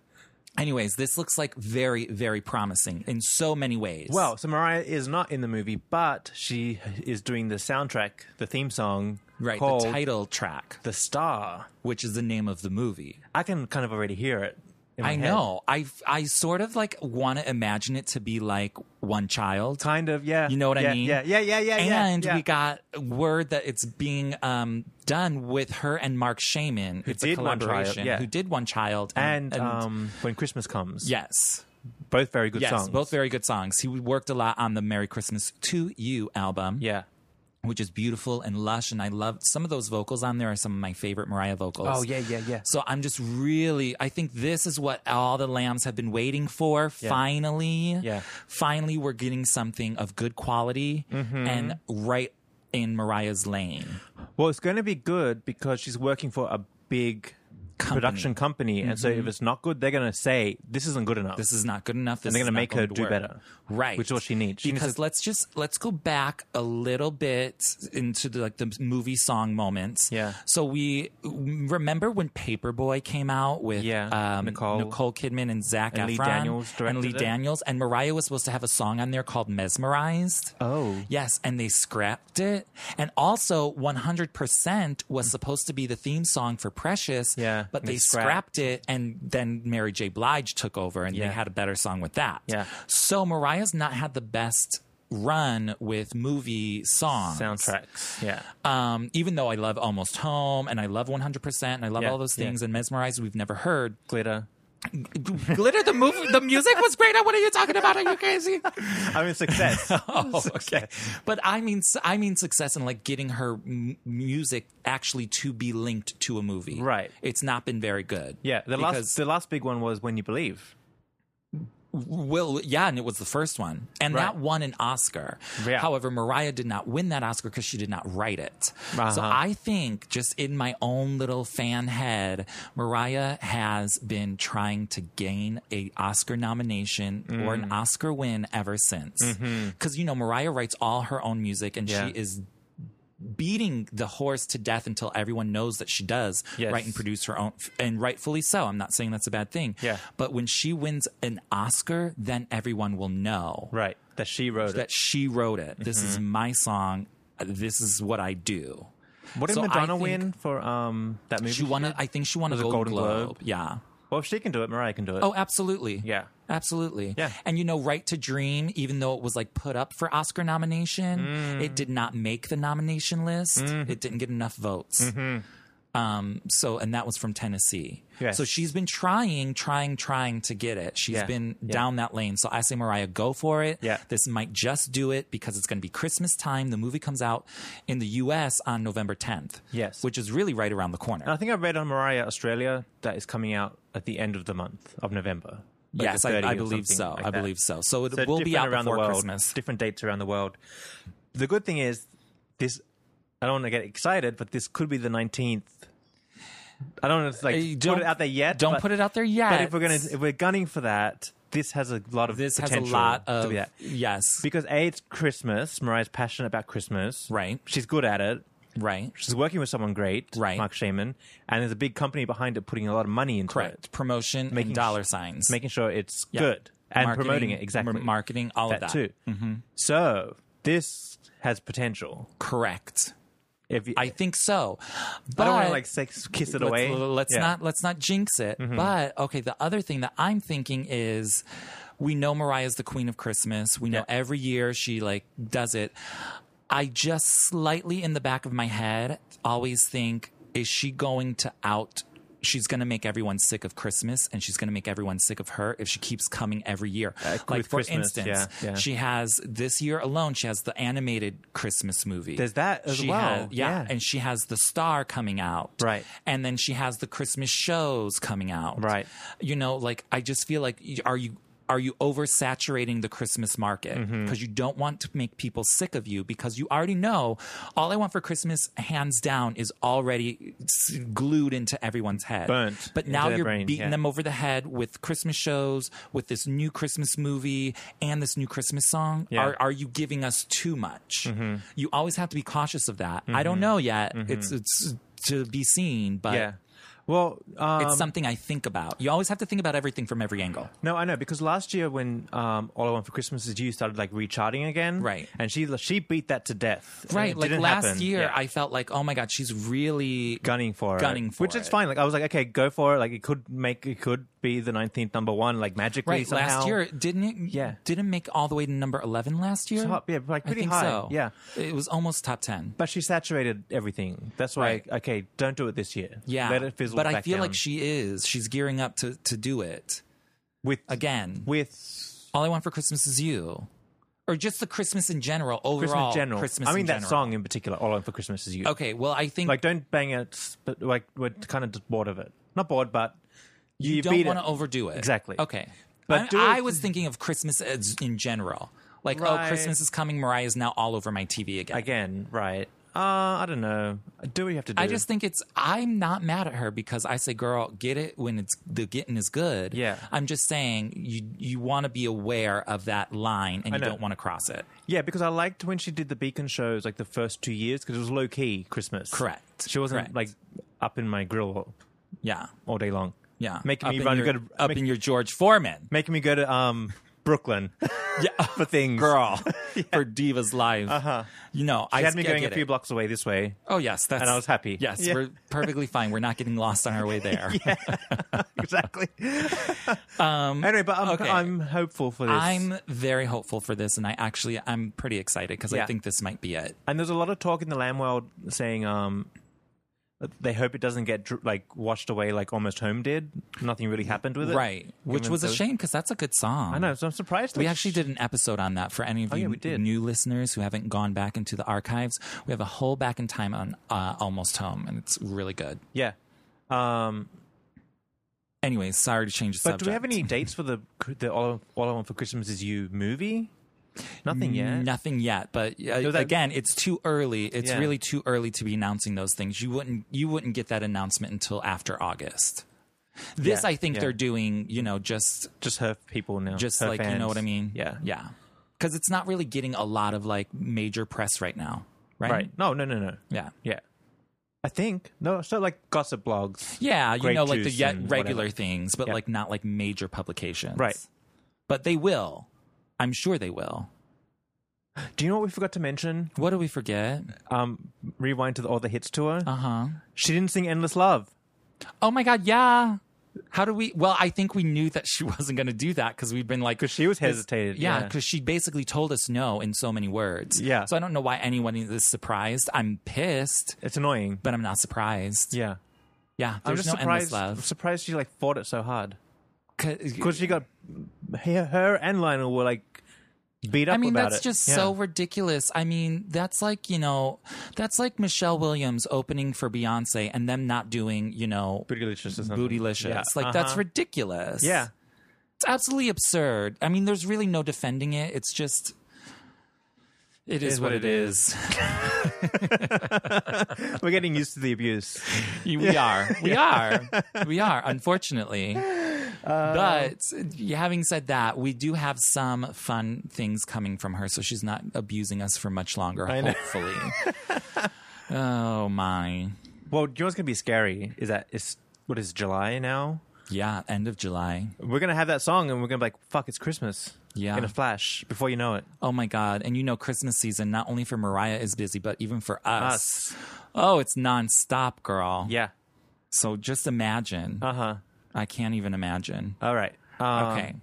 Speaker 2: Anyways, this looks like very very promising in so many ways.
Speaker 1: Well, so Mariah is not in the movie, but she is doing the soundtrack, the theme song,
Speaker 2: right,
Speaker 1: called
Speaker 2: the title track,
Speaker 1: The Star.
Speaker 2: which is the name of the movie.
Speaker 1: I can kind of already hear it. in my
Speaker 2: I
Speaker 1: head.
Speaker 2: know. I I sort of like want to imagine it to be like One Child.
Speaker 1: Kind of, yeah.
Speaker 2: You know what I
Speaker 1: Yeah,
Speaker 2: mean?
Speaker 1: Yeah, yeah, yeah, yeah. yeah,
Speaker 2: and
Speaker 1: yeah.
Speaker 2: we got word that it's being um, done with her and Mark Shaman. It's a
Speaker 1: did One Child,
Speaker 2: collaboration.
Speaker 1: yeah.
Speaker 2: Who did One Child
Speaker 1: and, um, when Christmas comes.
Speaker 2: yes,
Speaker 1: both very good
Speaker 2: yes,
Speaker 1: songs.
Speaker 2: both very good songs. He worked a lot on the "Merry Christmas to You" album,
Speaker 1: yeah.
Speaker 2: which is beautiful and lush. And I love some of those vocals on there. Are some of my favorite Mariah vocals.
Speaker 1: Oh yeah, yeah, yeah.
Speaker 2: So I'm just really, I think this is what all the lambs have been waiting for. Finally,
Speaker 1: Yeah.
Speaker 2: finally, we're getting something of good quality
Speaker 1: Mm-hmm.
Speaker 2: and right in Mariah's lane.
Speaker 1: Well, it's going to be good because she's working for a big
Speaker 2: Company. Mm-hmm.
Speaker 1: production company, and so if it's not good, they're gonna say this isn't good enough.
Speaker 2: This is not good enough. This
Speaker 1: they're
Speaker 2: is
Speaker 1: gonna
Speaker 2: not
Speaker 1: make her
Speaker 2: going to
Speaker 1: do
Speaker 2: work.
Speaker 1: better.
Speaker 2: right?
Speaker 1: Which is what she needs. She needs
Speaker 2: because let's just let's go back a little bit into the, like the movie song moments.
Speaker 1: Yeah.
Speaker 2: So we remember when Paperboy came out with
Speaker 1: Yeah,
Speaker 2: um,
Speaker 1: Nicole.
Speaker 2: Kidman and Zach
Speaker 1: And Lee
Speaker 2: Efron
Speaker 1: Daniels
Speaker 2: and Lee
Speaker 1: directed it.
Speaker 2: Daniels and Mariah was supposed to have a song on there called Mesmerized.
Speaker 1: Oh.
Speaker 2: Yes, and they scrapped it. And also 100% was supposed to be the theme song for Precious,
Speaker 1: Yeah,
Speaker 2: but
Speaker 1: and they
Speaker 2: they,
Speaker 1: scrapped.
Speaker 2: scrapped picked it, and then Mary J. Blige took over, and
Speaker 1: Yeah.
Speaker 2: they had a better song with that.
Speaker 1: Yeah.
Speaker 2: So Mariah's not had the best run with movie songs
Speaker 1: soundtracks. Yeah,
Speaker 2: Um, even though I love Almost Home and I love 100% and I love
Speaker 1: Yeah,
Speaker 2: all those
Speaker 1: yeah.
Speaker 2: things and Mesmerized, we've never heard.
Speaker 1: glitter.
Speaker 2: Glitter, the movie, the music was great. What are you talking about? Are you crazy?
Speaker 1: I mean, success.
Speaker 2: Oh, okay. But I mean, I mean success in like getting her m- music actually to be linked to a movie.
Speaker 1: Right.
Speaker 2: It's not been very good.
Speaker 1: yeah, the
Speaker 2: Because-
Speaker 1: last the last big one was When You Believe.
Speaker 2: Well, yeah, and it was the first one, and
Speaker 1: Right.
Speaker 2: that won an Oscar.
Speaker 1: Yeah.
Speaker 2: However, Mariah did not win that Oscar because she did not write it.
Speaker 1: Uh-huh.
Speaker 2: So I think, just in my own little fan head, Mariah has been trying to gain a Oscar nomination or
Speaker 1: Mm.
Speaker 2: an Oscar win ever since. Because you know, Mariah writes all her own music, and
Speaker 1: Mm-hmm. Yeah.
Speaker 2: she is. Beating the horse to death until everyone knows that she does
Speaker 1: Yes.
Speaker 2: write and produce her own, and rightfully so. I'm not saying that's a bad thing.
Speaker 1: Yeah.
Speaker 2: But when she wins an Oscar, then everyone will know
Speaker 1: Right, Mm-hmm. that she wrote
Speaker 2: that
Speaker 1: it.
Speaker 2: she wrote it. This is my song. This is what I do.
Speaker 1: What did
Speaker 2: so I
Speaker 1: Madonna
Speaker 2: think-
Speaker 1: win for um that movie?
Speaker 2: She won. A, I think she won a
Speaker 1: Was it Golden
Speaker 2: Golden, Globe.
Speaker 1: Globe?
Speaker 2: Yeah.
Speaker 1: Well, if she can do it, Mariah can do it.
Speaker 2: Oh, absolutely.
Speaker 1: Yeah.
Speaker 2: Absolutely.
Speaker 1: Yeah.
Speaker 2: And you know, Right to Dream, even though it was like put up for Oscar nomination,
Speaker 1: Mm.
Speaker 2: it did not make the nomination list.
Speaker 1: Mm-hmm.
Speaker 2: It didn't get enough votes. Um, so, and that was from Tennessee.
Speaker 1: Yes.
Speaker 2: So she's been trying, trying, trying to get it. She's
Speaker 1: Yeah.
Speaker 2: been
Speaker 1: Yeah.
Speaker 2: down that lane. So I say, Mariah, go for it.
Speaker 1: Yeah.
Speaker 2: This might just do it because it's going to be Christmas time. The movie comes out in the U.S. on November 10th.
Speaker 1: Yes.
Speaker 2: Which is really right around the corner.
Speaker 1: And I think I read on Mariah Australia that is coming out at the end of the month of November. Like
Speaker 2: yes,
Speaker 1: the
Speaker 2: I,
Speaker 1: 30
Speaker 2: I
Speaker 1: or
Speaker 2: believe
Speaker 1: something
Speaker 2: so.
Speaker 1: like
Speaker 2: I
Speaker 1: that.
Speaker 2: believe so. So it
Speaker 1: So
Speaker 2: will be
Speaker 1: different
Speaker 2: out
Speaker 1: around
Speaker 2: before
Speaker 1: the world,
Speaker 2: Christmas.
Speaker 1: Different dates around the world. The good thing is, this. I don't want to get excited, but this could be the nineteenth. I don't know. If,
Speaker 2: Uh,
Speaker 1: like put
Speaker 2: don't-
Speaker 1: it out there yet.
Speaker 2: don't
Speaker 1: but-
Speaker 2: put it out there yet.
Speaker 1: But if we're gonna, if we're gunning for that, this has a lot of
Speaker 2: This has a
Speaker 1: potential
Speaker 2: lot
Speaker 1: to
Speaker 2: of
Speaker 1: be that.
Speaker 2: yes,
Speaker 1: because a it's Christmas. Mariah's passionate about Christmas.
Speaker 2: Right.
Speaker 1: She's good at it.
Speaker 2: right,
Speaker 1: She's working with someone great,
Speaker 2: Right.
Speaker 1: Mark Shaman, and there's a big company behind it putting a lot of money into it.
Speaker 2: correct. Promotion
Speaker 1: Making
Speaker 2: and dollar
Speaker 1: sh-
Speaker 2: signs,
Speaker 1: making sure it's
Speaker 2: Yeah.
Speaker 1: good and
Speaker 2: Marketing,
Speaker 1: promoting it exactly.
Speaker 2: mar- marketing, all
Speaker 1: that,
Speaker 2: of that
Speaker 1: too. Mm-hmm. So this has potential.
Speaker 2: Correct.
Speaker 1: If you,
Speaker 2: I think so. But
Speaker 1: I don't want to like sex, kiss it
Speaker 2: let's,
Speaker 1: away.
Speaker 2: Let's
Speaker 1: Yeah. Mm-hmm.
Speaker 2: not let's not jinx it. But okay, the other thing that I'm thinking is we know Mariah's the queen of Christmas. We know
Speaker 1: Yeah.
Speaker 2: every year she like does it. I just slightly in the back of my head always think is she going to out She's going to make everyone sick of Christmas and she's going to make everyone sick of her if she keeps coming every year. like,
Speaker 1: Uh, with
Speaker 2: for
Speaker 1: Christmas,
Speaker 2: instance,
Speaker 1: yeah, yeah.
Speaker 2: she has this year alone, she has the animated Christmas movie.
Speaker 1: There's that as
Speaker 2: She
Speaker 1: well.
Speaker 2: has- yeah,
Speaker 1: Yeah.
Speaker 2: and she has the star coming out
Speaker 1: Right.
Speaker 2: and then she has the christmas shows coming out
Speaker 1: Right.
Speaker 2: you know like i just feel like y- are you are you oversaturating the christmas market because
Speaker 1: Mm-hmm.
Speaker 2: you don't want to make people sick of you because you already know all i want for christmas hands down is already s- glued into everyone's head
Speaker 1: Burnt
Speaker 2: but
Speaker 1: into
Speaker 2: now
Speaker 1: their
Speaker 2: you're
Speaker 1: brain,
Speaker 2: beating
Speaker 1: yeah.
Speaker 2: them over the head with christmas shows with this new christmas movie and this new christmas song
Speaker 1: Yeah.
Speaker 2: are, are you giving us too much?
Speaker 1: Mm-hmm.
Speaker 2: You always have to be cautious of that. I don't know yet. It's it's to be seen, but
Speaker 1: Yeah. Well, um,
Speaker 2: it's something I think about. You always have to think about everything from every angle.
Speaker 1: No, I know because last year when um, "All I Want for Christmas Is You" started like recharting again,
Speaker 2: Right.
Speaker 1: And she she beat that to death, and
Speaker 2: Right.
Speaker 1: it
Speaker 2: Like
Speaker 1: didn't
Speaker 2: last
Speaker 1: happen.
Speaker 2: year
Speaker 1: Yeah.
Speaker 2: I felt like, oh my God, she's really
Speaker 1: gunning for
Speaker 2: Gunning
Speaker 1: it,
Speaker 2: for
Speaker 1: which is
Speaker 2: it.
Speaker 1: fine. Like I was like, okay, go for it. Like it could make it could be the nineteenth number one, like magically
Speaker 2: Right.
Speaker 1: somehow.
Speaker 2: Last year didn't it
Speaker 1: Yeah.
Speaker 2: didn't make all the way to number eleven last year?
Speaker 1: Top, yeah, like
Speaker 2: I
Speaker 1: pretty
Speaker 2: think
Speaker 1: high,
Speaker 2: So.
Speaker 1: yeah.
Speaker 2: It was almost top ten.
Speaker 1: but she saturated everything. That's why,
Speaker 2: Right.
Speaker 1: okay, don't do it this year.
Speaker 2: Yeah.
Speaker 1: let it fizzle.
Speaker 2: but I
Speaker 1: back
Speaker 2: feel
Speaker 1: down.
Speaker 2: like she is. She's gearing up to, to do it.
Speaker 1: with
Speaker 2: Again.
Speaker 1: with
Speaker 2: All I want for Christmas is you. Or just the Christmas in general, overall.
Speaker 1: Christmas general.
Speaker 2: Christmas
Speaker 1: I mean
Speaker 2: in
Speaker 1: that
Speaker 2: general.
Speaker 1: song in particular. All I want for Christmas is you.
Speaker 2: Okay, well, I think
Speaker 1: Like don't bang it, but like we're kind of just bored of it. Not bored, but you,
Speaker 2: you don't
Speaker 1: beat
Speaker 2: want
Speaker 1: it.
Speaker 2: to overdo it.
Speaker 1: Exactly.
Speaker 2: Okay.
Speaker 1: But
Speaker 2: But
Speaker 1: do
Speaker 2: I,
Speaker 1: it-
Speaker 2: was thinking of Christmas as in general. Like,
Speaker 1: Right.
Speaker 2: oh, Christmas is coming. Mariah's now all over my TV again.
Speaker 1: again, right? Uh, I don't know. Do what you have to do.
Speaker 2: I just think it's I'm not mad at her because I say, girl, get it when it's the getting is good.
Speaker 1: Yeah.
Speaker 2: I'm just saying you you want to be aware of that line and you
Speaker 1: know.
Speaker 2: don't want to cross it.
Speaker 1: yeah, because I liked when she did the Beacon shows like the first two years because it was low key Christmas.
Speaker 2: Correct.
Speaker 1: She wasn't
Speaker 2: Correct.
Speaker 1: like up in my grill all,
Speaker 2: Yeah.
Speaker 1: all day long.
Speaker 2: Yeah.
Speaker 1: making
Speaker 2: up
Speaker 1: me
Speaker 2: in
Speaker 1: run
Speaker 2: your,
Speaker 1: go to,
Speaker 2: up
Speaker 1: make-
Speaker 2: in your George Foreman.
Speaker 1: making me go to um Brooklyn for things.
Speaker 2: Girl. For Diva's life. Uh-huh. You know, I
Speaker 1: She had me
Speaker 2: I
Speaker 1: going a
Speaker 2: get
Speaker 1: few
Speaker 2: it.
Speaker 1: blocks away this way.
Speaker 2: Oh yes, that's
Speaker 1: And I was happy.
Speaker 2: Yes,
Speaker 1: Yeah.
Speaker 2: we're perfectly fine. We're not getting lost on our way there.
Speaker 1: exactly. um, anyway, but I'm,
Speaker 2: okay.
Speaker 1: I'm hopeful for this.
Speaker 2: I'm very hopeful for this, and I actually I'm pretty excited because
Speaker 1: Yeah.
Speaker 2: I think this might be it.
Speaker 1: and there's a lot of talk in the lamb world saying um, that they hope it doesn't get dr- like washed away like Almost Home did. Nothing really happened with it,
Speaker 2: Right, which
Speaker 1: Given
Speaker 2: was a
Speaker 1: the-
Speaker 2: shame because that's a good song.
Speaker 1: I know. So I'm surprised.
Speaker 2: We
Speaker 1: like,
Speaker 2: actually did an episode on that for any of you
Speaker 1: yeah, we did.
Speaker 2: new listeners who haven't gone back into the archives. We have a whole back in time on uh, Almost Home, and it's really good.
Speaker 1: Yeah. Um,
Speaker 2: Anyway, sorry to change the
Speaker 1: but
Speaker 2: subject.
Speaker 1: do we have any dates for the the All, All I Want for Christmas Is You movie? Nothing yet.
Speaker 2: Nothing yet, but uh,
Speaker 1: No, that-
Speaker 2: again, it's too early. It's
Speaker 1: Yeah.
Speaker 2: really too early to be announcing those things. You wouldn't you wouldn't get that announcement until after August. This
Speaker 1: Yeah,
Speaker 2: I think
Speaker 1: yeah.
Speaker 2: they're doing, you know, just
Speaker 1: Just her people now.
Speaker 2: just
Speaker 1: her
Speaker 2: like you know
Speaker 1: fans.
Speaker 2: what I mean?
Speaker 1: Yeah.
Speaker 2: Yeah. Cuz it's not really getting a lot of like major press right now, right?
Speaker 1: Right. No. No. No. No.
Speaker 2: Yeah.
Speaker 1: Yeah. I think no. So like gossip blogs.
Speaker 2: Yeah, you
Speaker 1: Grape
Speaker 2: know like the
Speaker 1: juice
Speaker 2: yet
Speaker 1: and
Speaker 2: regular
Speaker 1: whatever.
Speaker 2: things, but
Speaker 1: Yeah.
Speaker 2: like not like major publications.
Speaker 1: Right.
Speaker 2: But they will. I'm sure they will.
Speaker 1: Do you know what we forgot to mention?
Speaker 2: What do we forget?
Speaker 1: Um, rewind to the All the Hits tour.
Speaker 2: Uh-huh.
Speaker 1: She didn't sing "Endless Love."
Speaker 2: Oh my God, yeah. How do we? Well, I think we knew that she wasn't going to do that because we've been like, because
Speaker 1: she was hesitated,
Speaker 2: Yeah,
Speaker 1: yeah.
Speaker 2: because she basically told us no in so many words.
Speaker 1: Yeah.
Speaker 2: So I don't know why anyone is surprised. I'm pissed,
Speaker 1: It's annoying.
Speaker 2: but I'm not surprised. Yeah,
Speaker 1: Yeah, I'm
Speaker 2: there's
Speaker 1: just
Speaker 2: no
Speaker 1: surprised. I'm
Speaker 2: endless
Speaker 1: surprised she like fought it so hard
Speaker 2: love.
Speaker 1: because she got her, her and Lionel were like beat up.
Speaker 2: I mean,
Speaker 1: about
Speaker 2: that's
Speaker 1: it.
Speaker 2: just
Speaker 1: Yeah.
Speaker 2: so ridiculous. I mean, that's like you know, that's like Michelle Williams opening for Beyonce and them not doing you know
Speaker 1: Bootylicious or something.
Speaker 2: bootylicious.
Speaker 1: Yeah.
Speaker 2: Like that's
Speaker 1: Uh-huh.
Speaker 2: ridiculous.
Speaker 1: Yeah,
Speaker 2: it's absolutely absurd. I mean, there's really no defending it. It's just, it is, what, it is.
Speaker 1: we're getting used to the abuse.
Speaker 2: we are, we are, we are. Unfortunately, but having said that, we do have some fun things coming from her, so she's not abusing us for much longer.
Speaker 1: know.
Speaker 2: Hopefully. oh my,
Speaker 1: Well, do you know what's gonna be scary? Is that it's what is July now?
Speaker 2: yeah. End of July.
Speaker 1: We're gonna have that song and we're gonna be like, "Fuck, it's Christmas."
Speaker 2: Yeah.
Speaker 1: in a flash. Before you know it,
Speaker 2: Oh my God. And you know, Christmas season, not only for Mariah is busy, but even for us.
Speaker 1: us.
Speaker 2: Oh, it's nonstop, girl.
Speaker 1: Yeah.
Speaker 2: So just imagine.
Speaker 1: Uh huh.
Speaker 2: I can't even imagine.
Speaker 1: All right. Um,
Speaker 2: okay.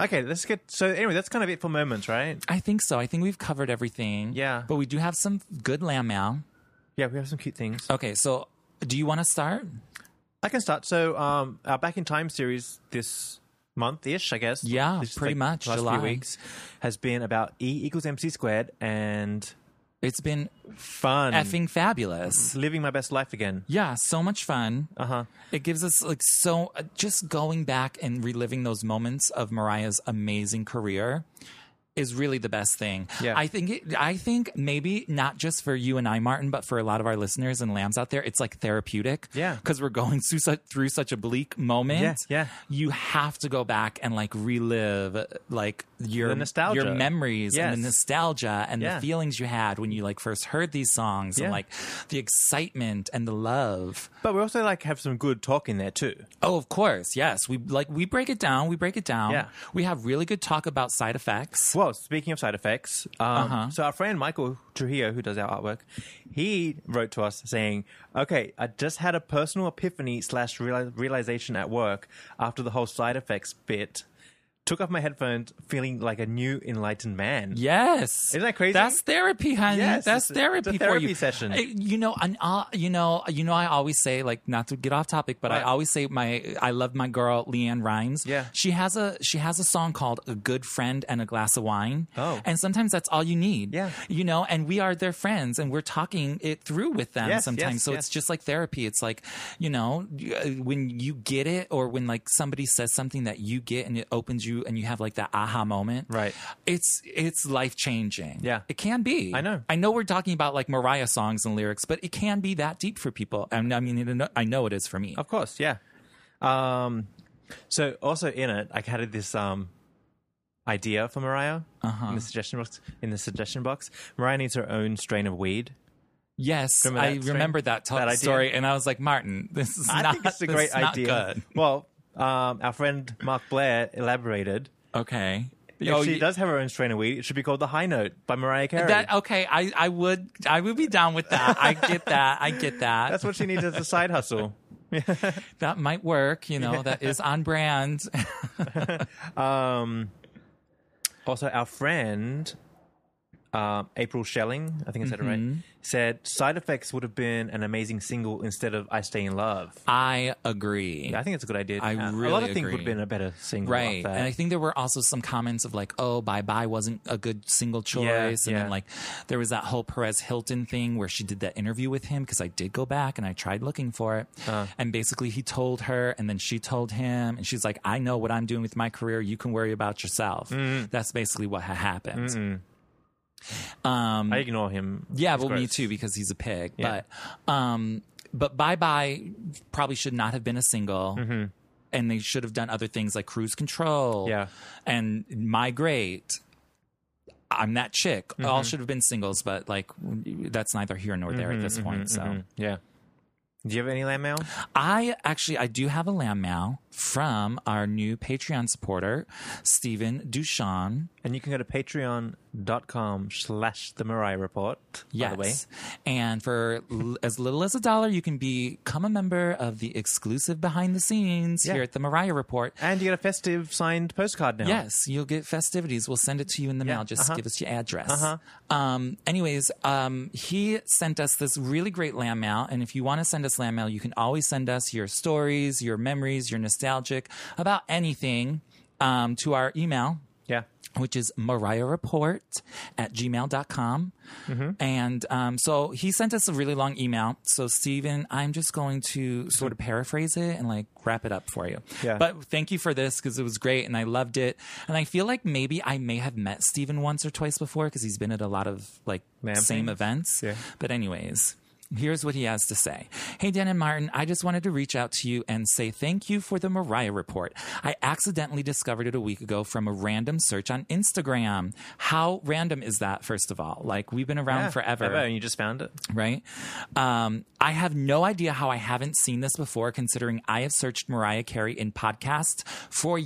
Speaker 1: Okay. Let's get. So anyway, that's kind of it for moments, right?
Speaker 2: I think so. I think we've covered everything.
Speaker 1: Yeah.
Speaker 2: But we do have some good lamb mail.
Speaker 1: Yeah, we have some cute things.
Speaker 2: Okay, so do you want to start?
Speaker 1: I can start. So, um, our Back in Time series this month ish, I guess.
Speaker 2: Yeah,
Speaker 1: This is
Speaker 2: pretty much,
Speaker 1: Last
Speaker 2: July.
Speaker 1: few weeks has been about E equals MC squared and
Speaker 2: It's been
Speaker 1: fun.
Speaker 2: effing fabulous.
Speaker 1: Living my best life again.
Speaker 2: Yeah, so much fun.
Speaker 1: Uh huh.
Speaker 2: It gives us like so uh, just going back and reliving those moments of Mariah's amazing career is really the best thing.
Speaker 1: Yeah.
Speaker 2: I think it, I think maybe not just for you and I Martin but for a lot of our listeners and lambs out there it's like therapeutic
Speaker 1: Yeah.
Speaker 2: cuz we're going through such, through such a bleak moment.
Speaker 1: Yeah, yeah.
Speaker 2: You have to go back and like relive uh, like your
Speaker 1: The nostalgia.
Speaker 2: your memories and the
Speaker 1: Yes.
Speaker 2: nostalgia and
Speaker 1: Yeah.
Speaker 2: the feelings you had when you like first heard these songs
Speaker 1: Yeah.
Speaker 2: and like the excitement and the love.
Speaker 1: But we also like have some good talk in there too.
Speaker 2: Oh, of course, yes. We like we break it down. We break it down.
Speaker 1: Yeah.
Speaker 2: We have really good talk about side effects.
Speaker 1: Well, speaking of side effects, um,
Speaker 2: Uh-huh.
Speaker 1: so our friend Michael Trujillo, who does our artwork, he wrote to us saying, "Okay, I just had a personal epiphany slash reali- realization at work after the whole side effects bit. Took off my headphones, feeling like a new enlightened man.
Speaker 2: Yes.
Speaker 1: Isn't that crazy?
Speaker 2: That's therapy, honey.
Speaker 1: Yes,
Speaker 2: That's
Speaker 1: it's a-
Speaker 2: therapy
Speaker 1: it's a
Speaker 2: for
Speaker 1: therapy
Speaker 2: you.
Speaker 1: session.
Speaker 2: Uh, You know, and uh, you know, you know. I always say, like, not to get off topic, but I
Speaker 1: Right.
Speaker 2: always say my I love my girl Leanne Rhymes.
Speaker 1: Yeah.
Speaker 2: she has a she has a song called "A Good Friend and a Glass of Wine."
Speaker 1: Oh.
Speaker 2: and sometimes that's all you need.
Speaker 1: Yeah.
Speaker 2: you know, and we are their friends, and we're talking it through with them
Speaker 1: Yes,
Speaker 2: sometimes.
Speaker 1: yes,
Speaker 2: so
Speaker 1: yes.
Speaker 2: it's just like therapy. It's like you know, you- uh, when you get it, or when like somebody says something that you get, and it opens you you and you have like that aha moment,
Speaker 1: Right.
Speaker 2: It's it's life changing.
Speaker 1: Yeah.
Speaker 2: it can be.
Speaker 1: I know.
Speaker 2: I know we're talking about like Mariah songs and lyrics, but it can be that deep for people. And I mean, you know- I know it is for me.
Speaker 1: Of course, yeah. Um, so also in it, I had this um idea for Mariah
Speaker 2: Uh-huh.
Speaker 1: in the suggestion box. In the suggestion box, Mariah needs her own strain of weed.
Speaker 2: Yes,
Speaker 1: Remember that
Speaker 2: I
Speaker 1: story?
Speaker 2: remember that, to-
Speaker 1: That idea?
Speaker 2: story, and I was like, Martin, this is
Speaker 1: I
Speaker 2: not.
Speaker 1: think it's a
Speaker 2: this
Speaker 1: great
Speaker 2: is not
Speaker 1: idea.
Speaker 2: good.
Speaker 1: Well, um, our friend Mark Blair elaborated.
Speaker 2: Okay. Oh,
Speaker 1: If she does have her own strain of weed, it should be called the High Note by Mariah Carey.
Speaker 2: That oh. okay, I, I would I would be down with that. I get that. I get that.
Speaker 1: That's what she needs as a side hustle.
Speaker 2: that might work, you know, that is on brand.
Speaker 1: Also, our friend um, April Shelling, I think I said it
Speaker 2: Mm-hmm.
Speaker 1: right, said side effects would have been an amazing single instead of "I Stay in Love."
Speaker 2: I agree.
Speaker 1: Yeah, I think it's a good idea. to
Speaker 2: I
Speaker 1: have. a lot
Speaker 2: really
Speaker 1: of things would have
Speaker 2: agree.
Speaker 1: been a better single. off
Speaker 2: Right.
Speaker 1: that.
Speaker 2: And I think there were also some comments of like, oh, Bye Bye wasn't a good single choice.
Speaker 1: Yeah,
Speaker 2: and
Speaker 1: yeah.
Speaker 2: then like there was that whole Perez Hilton thing where she did that interview with him because I did go back and I tried looking for it. And basically he told her and then she told him and she's like, I know what I'm doing with my career. You can worry about yourself.
Speaker 1: Mm-hmm.
Speaker 2: That's basically what ha- happened.
Speaker 1: I ignore him.
Speaker 2: Yeah,
Speaker 1: He's
Speaker 2: well, me
Speaker 1: gross.
Speaker 2: too because he's a pig.
Speaker 1: Yeah.
Speaker 2: But um, but Bye Bye probably should not have been a single.
Speaker 1: Mm-hmm.
Speaker 2: And they should have done other things like Cruise Control
Speaker 1: Yeah.
Speaker 2: and Migrate. I'm that chick.
Speaker 1: Mm-hmm.
Speaker 2: All should have been singles, but like that's neither here nor there
Speaker 1: Mm-hmm,
Speaker 2: at this point. So
Speaker 1: Yeah. Do you have any land mail?
Speaker 2: I actually I do have a lamb mail from our new Patreon supporter, Stephen Duchan.
Speaker 1: And you can go to patreon.com slash the Mariah Report, by
Speaker 2: Yes.
Speaker 1: the way.
Speaker 2: And for l- as little as a dollar, you can become a member of the exclusive behind the scenes
Speaker 1: Yeah.
Speaker 2: here at the Mariah Report.
Speaker 1: And you get a festive signed postcard now.
Speaker 2: Yes, you'll get festivities. We'll send it to you in the mail. Just
Speaker 1: Uh-huh.
Speaker 2: give us your address. Um, anyways, um, he sent us this really great lamb mail. And if you want to send us lamb mail, you can always send us your stories, your memories, you're nostalgic about anything um, to our email,
Speaker 1: Yeah.
Speaker 2: which is Mariah Report at gmail.com. And um, so he sent us a really long email. So, Stephen, I'm just going to sort of paraphrase it and like wrap it up for you.
Speaker 1: Yeah.
Speaker 2: But thank you for this because it was great and I loved it. And I feel like maybe I may have met Stephen once or twice before because he's been at a lot of like
Speaker 1: Lamb
Speaker 2: same
Speaker 1: things?
Speaker 2: events.
Speaker 1: Yeah.
Speaker 2: But, anyways. Here's what he has to say. Hey, Dan and Martin, I just wanted to reach out to you and say thank you for the Mariah report. I accidentally discovered it a week ago from a random search on Instagram. How random is that, first of all? Like, we've been around
Speaker 1: Yeah.
Speaker 2: forever
Speaker 1: Ever, and you just found it.
Speaker 2: right? Um, I have no idea how I haven't seen this before, considering I have searched Mariah Carey in podcasts for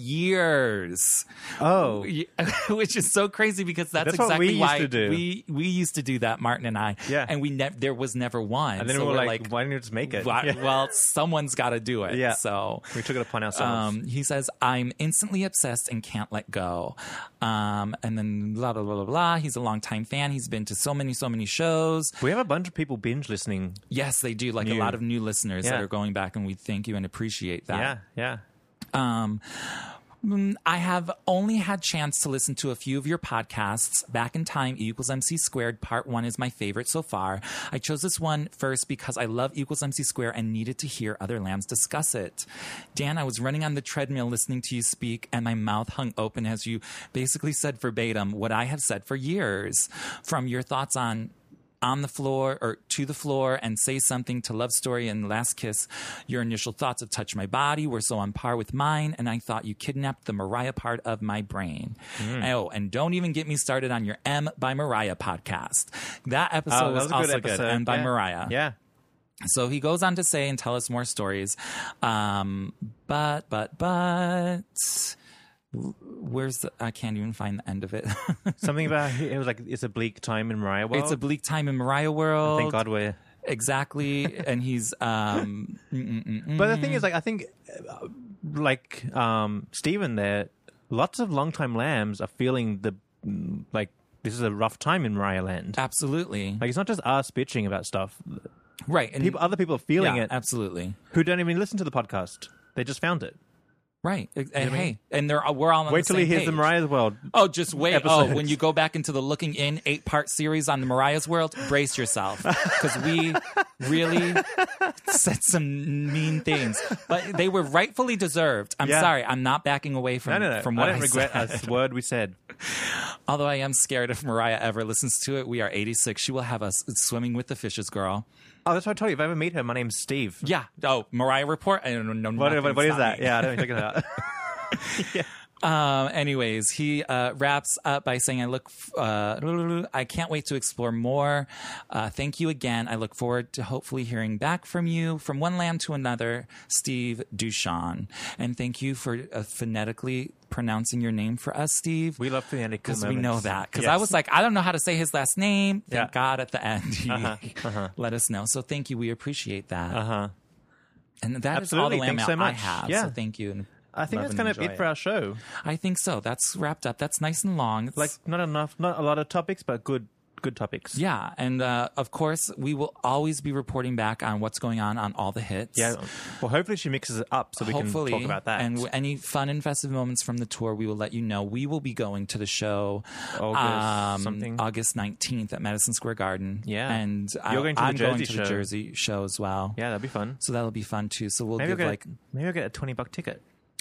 Speaker 2: years.
Speaker 1: Oh.
Speaker 2: Yeah, which is so crazy because that's,
Speaker 1: That's what
Speaker 2: exactly
Speaker 1: we used
Speaker 2: why
Speaker 1: to do.
Speaker 2: we we used to do that, Martin and I.
Speaker 1: Yeah.
Speaker 2: and we ne- there was never one.
Speaker 1: And then
Speaker 2: so
Speaker 1: we were
Speaker 2: we're
Speaker 1: like, why didn't you just make it?
Speaker 2: "Why-
Speaker 1: Yeah.
Speaker 2: well, someone's got to do it.
Speaker 1: Yeah.
Speaker 2: so
Speaker 1: We took it upon ourselves.
Speaker 2: um, he says, I'm instantly obsessed and can't let go. Um, and then blah, blah, blah, blah, blah. He's a longtime fan. He's been to so many, so many shows.
Speaker 1: we have a bunch of people binge listening.
Speaker 2: Yes, they do. Like a lot of new listeners
Speaker 1: Yeah.
Speaker 2: that are going back, and we thank you and appreciate that.
Speaker 1: Yeah. Yeah.
Speaker 2: Um, mm, I have only had chance to listen to a few of your podcasts. Back in Time, E equals MC squared, part one is my favorite so far. I chose this one first because I love E equals MC squared and needed to hear other lambs discuss it. Dan, I was running on the treadmill listening to you speak, and my mouth hung open as you basically said verbatim what I have said for years from your thoughts on on the floor or to the floor and say something to love story and last kiss your initial thoughts of touch my body were so on par with mine and i thought you kidnapped the mariah part of my brain
Speaker 1: Hmm.
Speaker 2: oh and don't even get me started on your m by mariah podcast that episode
Speaker 1: Oh, that
Speaker 2: was,
Speaker 1: was a
Speaker 2: also
Speaker 1: good episode.
Speaker 2: good m by
Speaker 1: yeah.
Speaker 2: mariah
Speaker 1: Yeah.
Speaker 2: so he goes on to say and tell us more stories. Um, but, but, but. Where's the? I can't even find the end of it.
Speaker 1: Something about it was like, it's a bleak time in Mariah world.
Speaker 2: it's a bleak time in Mariah world.
Speaker 1: Thank God we're
Speaker 2: Exactly. and he's um,
Speaker 1: But the thing is, like, I think, uh, like, um, Stephen there, lots of longtime lambs are feeling the, mm, like, this is a rough time in Mariah land.
Speaker 2: absolutely
Speaker 1: Like, it's not just us bitching about stuff.
Speaker 2: right. And
Speaker 1: People, other people are feeling
Speaker 2: yeah,
Speaker 1: it
Speaker 2: absolutely.
Speaker 1: who don't even listen to the podcast. They just found it.
Speaker 2: Right. And, hey, and they're uh, we're all on
Speaker 1: Wait
Speaker 2: the
Speaker 1: till
Speaker 2: same
Speaker 1: he hears the
Speaker 2: page.
Speaker 1: Mariah's World.
Speaker 2: Oh, just wait. Oh,
Speaker 1: episodes.
Speaker 2: when you go back into the looking in eight part series on the Mariah's World, brace yourself because we really said some mean things. But they were rightfully deserved. I'm
Speaker 1: Yeah.
Speaker 2: sorry. I'm not backing away from,
Speaker 1: No, no, no.
Speaker 2: from
Speaker 1: I
Speaker 2: what I,
Speaker 1: don't regret
Speaker 2: said.
Speaker 1: a word we said.
Speaker 2: Although I am scared if Mariah ever listens to it, we are 86. She will have us swimming with the fishes, girl.
Speaker 1: Oh, that's what I told you. If I ever meet her, my name's Steve.
Speaker 2: Yeah. Oh, Mariah Report. I don't know.
Speaker 1: What,
Speaker 2: nothing.
Speaker 1: what, what is
Speaker 2: It's
Speaker 1: that?
Speaker 2: not me.
Speaker 1: Yeah, I don't know what you're talking about.
Speaker 2: Um, anyways, he uh, wraps up by saying, "I look, f- uh, I can't wait to explore more. Uh, thank you again. I look forward to hopefully hearing back from you from one lamb to another, Steve Duchon. And thank you for uh, phonetically pronouncing your name for us, Steve.
Speaker 1: We love phonetic
Speaker 2: because we know
Speaker 1: moments.
Speaker 2: that. Because
Speaker 1: Yes.
Speaker 2: I was like, I don't know how to say his last name. Thank
Speaker 1: Yeah. Uh-huh,
Speaker 2: God at the end he let us know. So thank you. We appreciate that. Uh huh. And that is all the
Speaker 1: Absolutely.
Speaker 2: lamb
Speaker 1: Thanks so
Speaker 2: out I
Speaker 1: much.
Speaker 2: have.
Speaker 1: Yeah.
Speaker 2: So thank you. And
Speaker 1: I think
Speaker 2: love
Speaker 1: that's
Speaker 2: and
Speaker 1: kind of
Speaker 2: enjoy
Speaker 1: it, for our show.
Speaker 2: I think so. That's wrapped up. That's nice and long. It's-
Speaker 1: Like, not enough, not a lot of topics, but good, good topics.
Speaker 2: yeah, and uh, of course we will always be reporting back on what's going on on all the hits.
Speaker 1: Yeah. Well, hopefully she mixes it up so we
Speaker 2: Hopefully,
Speaker 1: can talk about that.
Speaker 2: and w- any fun and festive moments from the tour, we will let you know. We will be going to the show um,
Speaker 1: August something.
Speaker 2: August nineteenth at Madison Square Garden.
Speaker 1: Yeah.
Speaker 2: and I,
Speaker 1: You're going to the
Speaker 2: I'm going
Speaker 1: Jersey
Speaker 2: to the
Speaker 1: show.
Speaker 2: Jersey show as well.
Speaker 1: yeah, that'd be fun.
Speaker 2: so that'll be fun too. So we'll
Speaker 1: Maybe I'll
Speaker 2: give
Speaker 1: get
Speaker 2: like,
Speaker 1: like, maybe I'll get a twenty buck ticket.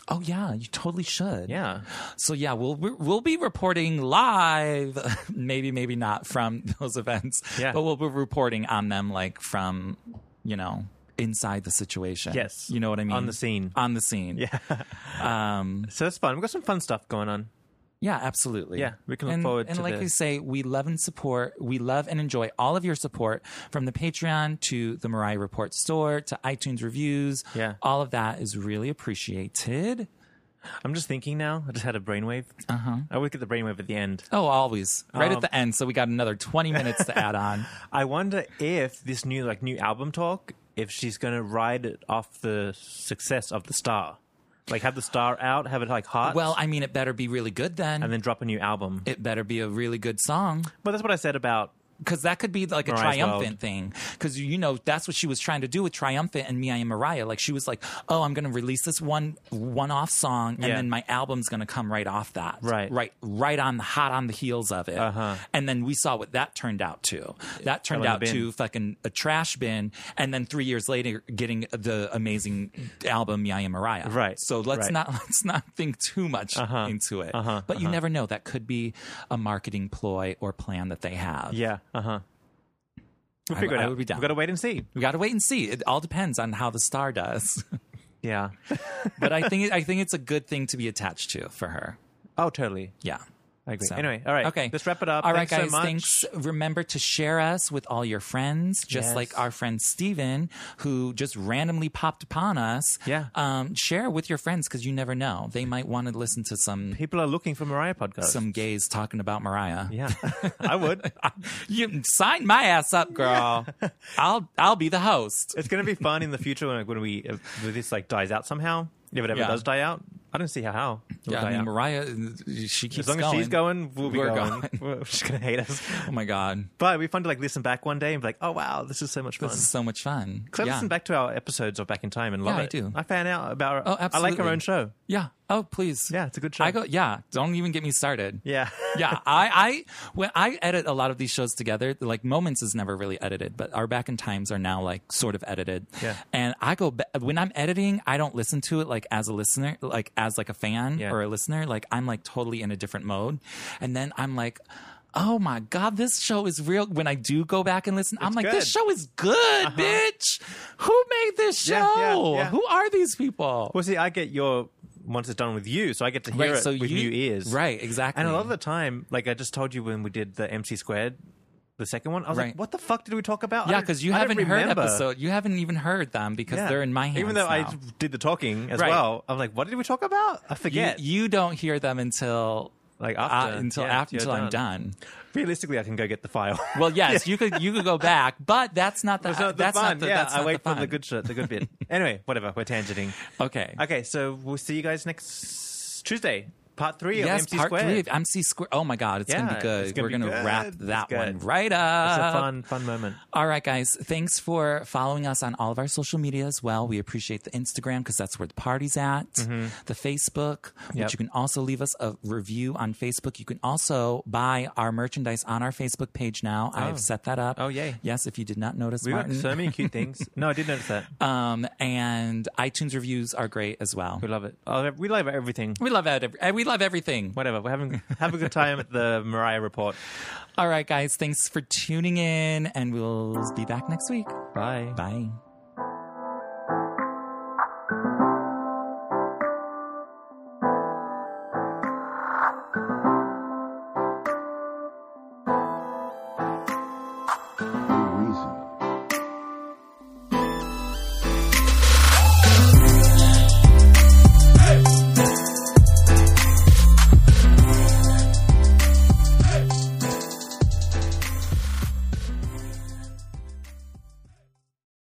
Speaker 2: oh yeah, you totally should.
Speaker 1: Yeah.
Speaker 2: So yeah, we'll we'll be reporting live, maybe maybe not from those events,
Speaker 1: Yeah.
Speaker 2: but we'll be reporting on them like from you know inside the situation.
Speaker 1: Yes.
Speaker 2: you know what I mean
Speaker 1: On the scene.
Speaker 2: on the scene.
Speaker 1: Yeah.
Speaker 2: um,
Speaker 1: So that's fun. We've got some fun stuff going on.
Speaker 2: yeah, absolutely.
Speaker 1: Yeah, we can look
Speaker 2: and,
Speaker 1: forward
Speaker 2: And
Speaker 1: to
Speaker 2: like
Speaker 1: the-
Speaker 2: we say, we love and support. We love and enjoy all of your support from the Patreon to the Mariah Report store to iTunes reviews.
Speaker 1: Yeah.
Speaker 2: all of that is really appreciated.
Speaker 1: I'm just thinking now. I just had a brainwave. Uh
Speaker 2: Uh-huh.
Speaker 1: huh. I always get the brainwave at the end.
Speaker 2: Oh, always right at
Speaker 1: Um,
Speaker 2: the end. So we got another twenty minutes to add on.
Speaker 1: I wonder if this new like new album talk, if she's gonna ride it off the success of the star, like have the star out, have it like hot,
Speaker 2: Well, I mean, it better be really good then.
Speaker 1: and then drop a new album.
Speaker 2: it better be a really good song
Speaker 1: but that's what I said about.
Speaker 2: because that could be like a
Speaker 1: Mariah's
Speaker 2: triumphant
Speaker 1: World.
Speaker 2: thing because you know that's what she was trying to do with triumphant and me i am mariah like she was like oh i'm gonna release this one one-off song and
Speaker 1: Yeah.
Speaker 2: then my album's gonna come right off that
Speaker 1: Right.
Speaker 2: right right on the hot on the heels of it uh-huh. and then we saw what that turned out to that turned
Speaker 1: in the
Speaker 2: out to
Speaker 1: bin.
Speaker 2: fucking a trash bin and then three years later getting the amazing album me i am mariah
Speaker 1: Right,
Speaker 2: so let's
Speaker 1: right. Uh-huh.
Speaker 2: not let's not think too much into it but you never know that could be a marketing ploy or plan that they have
Speaker 1: Yeah. Uh huh. We'll
Speaker 2: I-
Speaker 1: figure it
Speaker 2: I
Speaker 1: out.
Speaker 2: would be down.
Speaker 1: We've got to wait and see.
Speaker 2: We gotta wait and see. It all depends on how the star does.
Speaker 1: Yeah.
Speaker 2: but I think I think it's a good thing to be attached to for her.
Speaker 1: oh, totally.
Speaker 2: Yeah.
Speaker 1: I agree.
Speaker 2: So,
Speaker 1: Anyway, all right.
Speaker 2: Okay.
Speaker 1: Let's wrap it up.
Speaker 2: All right,
Speaker 1: thanks
Speaker 2: guys.
Speaker 1: So much.
Speaker 2: Thanks. Remember to share us with all your friends, just
Speaker 1: Yes.
Speaker 2: like our friend Steven, who just randomly popped upon us.
Speaker 1: Yeah.
Speaker 2: Um, share with your friends because you never know. They might want to listen to some
Speaker 1: People are looking for Mariah podcast.
Speaker 2: some gays talking about Mariah.
Speaker 1: yeah. I would.
Speaker 2: You sign my ass up, girl. I'll I'll be the host.
Speaker 1: It's going to be fun in the future when, when we if this like dies out somehow. If it ever
Speaker 2: Yeah.
Speaker 1: does die out, I don't see how how. it'll
Speaker 2: Yeah,
Speaker 1: die
Speaker 2: I mean,
Speaker 1: out.
Speaker 2: Mariah, she keeps
Speaker 1: as long
Speaker 2: going.
Speaker 1: as she's going, we'll be
Speaker 2: We're
Speaker 1: going.
Speaker 2: going.
Speaker 1: We're- She's going to hate us.
Speaker 2: Oh my god.
Speaker 1: But it'd be fun to like listen back one day and be like, oh wow, this is so much fun.
Speaker 2: This is so much fun.
Speaker 1: Because I listen back to our episodes of Back in Time and love
Speaker 2: Yeah, I
Speaker 1: it.
Speaker 2: do.
Speaker 1: I fan out about. Our,
Speaker 2: Oh,
Speaker 1: I like
Speaker 2: absolutely.
Speaker 1: our own show.
Speaker 2: Yeah. Oh, please.
Speaker 1: Yeah, it's a good show.
Speaker 2: I go. Yeah. Don't even get me started.
Speaker 1: Yeah.
Speaker 2: yeah. I. I. When I edit a lot of these shows together, like Moments is never really edited, but our Back in Times are now like sort of edited.
Speaker 1: Yeah.
Speaker 2: And I go ba- when I'm editing, I don't listen to it like as a listener, like as like a fan
Speaker 1: Yeah.
Speaker 2: or a listener. Like I'm like totally in a different mode, and then I'm like. Oh my God, this show is real. When I do go back and listen, I'm
Speaker 1: It's
Speaker 2: like, this
Speaker 1: good. Uh-huh.
Speaker 2: show is good, bitch. Who made this show?
Speaker 1: Yeah, yeah, yeah.
Speaker 2: Who are these people?
Speaker 1: Well, see, I get your once it's done with you, so I get to hear
Speaker 2: Right,
Speaker 1: it
Speaker 2: so
Speaker 1: with new
Speaker 2: you-
Speaker 1: ears.
Speaker 2: right, exactly.
Speaker 1: And a lot of the time, like I just told you when we did the MC squared, the second one, I was
Speaker 2: Right.
Speaker 1: like, "What the fuck did we talk about?" I
Speaker 2: Yeah,
Speaker 1: don't-
Speaker 2: because you
Speaker 1: I don't
Speaker 2: haven't heard
Speaker 1: remember.
Speaker 2: episode. You haven't even heard them because
Speaker 1: Yeah.
Speaker 2: they're in my hands.
Speaker 1: Even though I
Speaker 2: now.
Speaker 1: did the talking as
Speaker 2: Right.
Speaker 1: well, I'm like, "What did we talk about?" I forget.
Speaker 2: you, you don't hear them until
Speaker 1: Like,
Speaker 2: uh,
Speaker 1: after.
Speaker 2: until
Speaker 1: Yeah,
Speaker 2: after
Speaker 1: you're
Speaker 2: until
Speaker 1: done.
Speaker 2: I'm done.
Speaker 1: Realistically, I can go get the file.
Speaker 2: Well, yes, you could you could go back, but that's not the
Speaker 1: That's not the
Speaker 2: that's
Speaker 1: fun.
Speaker 2: not the
Speaker 1: yeah,
Speaker 2: that's
Speaker 1: I
Speaker 2: not
Speaker 1: wait
Speaker 2: the fun.
Speaker 1: for the good shit, the good bit. anyway, whatever. We're tangenting.
Speaker 2: Okay.
Speaker 1: Okay, so we'll see you guys next Tuesday. part three of
Speaker 2: Yes,
Speaker 1: MC
Speaker 2: part
Speaker 1: Squared.
Speaker 2: three of MC Square. Oh my God, it's gonna
Speaker 1: Yeah,
Speaker 2: be good.
Speaker 1: it's gonna
Speaker 2: We're
Speaker 1: be
Speaker 2: gonna
Speaker 1: good.
Speaker 2: wrap
Speaker 1: It's
Speaker 2: that
Speaker 1: good.
Speaker 2: one right
Speaker 1: It's
Speaker 2: up.
Speaker 1: a fun, fun moment.
Speaker 2: All right, guys. Thanks for following us on all of our social media as well. We appreciate the Instagram because that's where the party's at, the Facebook,
Speaker 1: Mm-hmm. Yep.
Speaker 2: which you can also leave us a review on Facebook. You can also buy our merchandise on our Facebook page now. I've set that up.
Speaker 1: Oh, yay.
Speaker 2: Yes, if you did not notice,
Speaker 1: We got
Speaker 2: Martin.
Speaker 1: so many cute things. No, I did notice that.
Speaker 2: um, and iTunes reviews are great as well.
Speaker 1: We love it. Oh, we love everything.
Speaker 2: We love it. We love everything.
Speaker 1: Whatever. We're having have a good time at the Mariah Report.
Speaker 2: All right, guys. Thanks for tuning in, and we'll be back next week.
Speaker 1: Bye.
Speaker 2: Bye.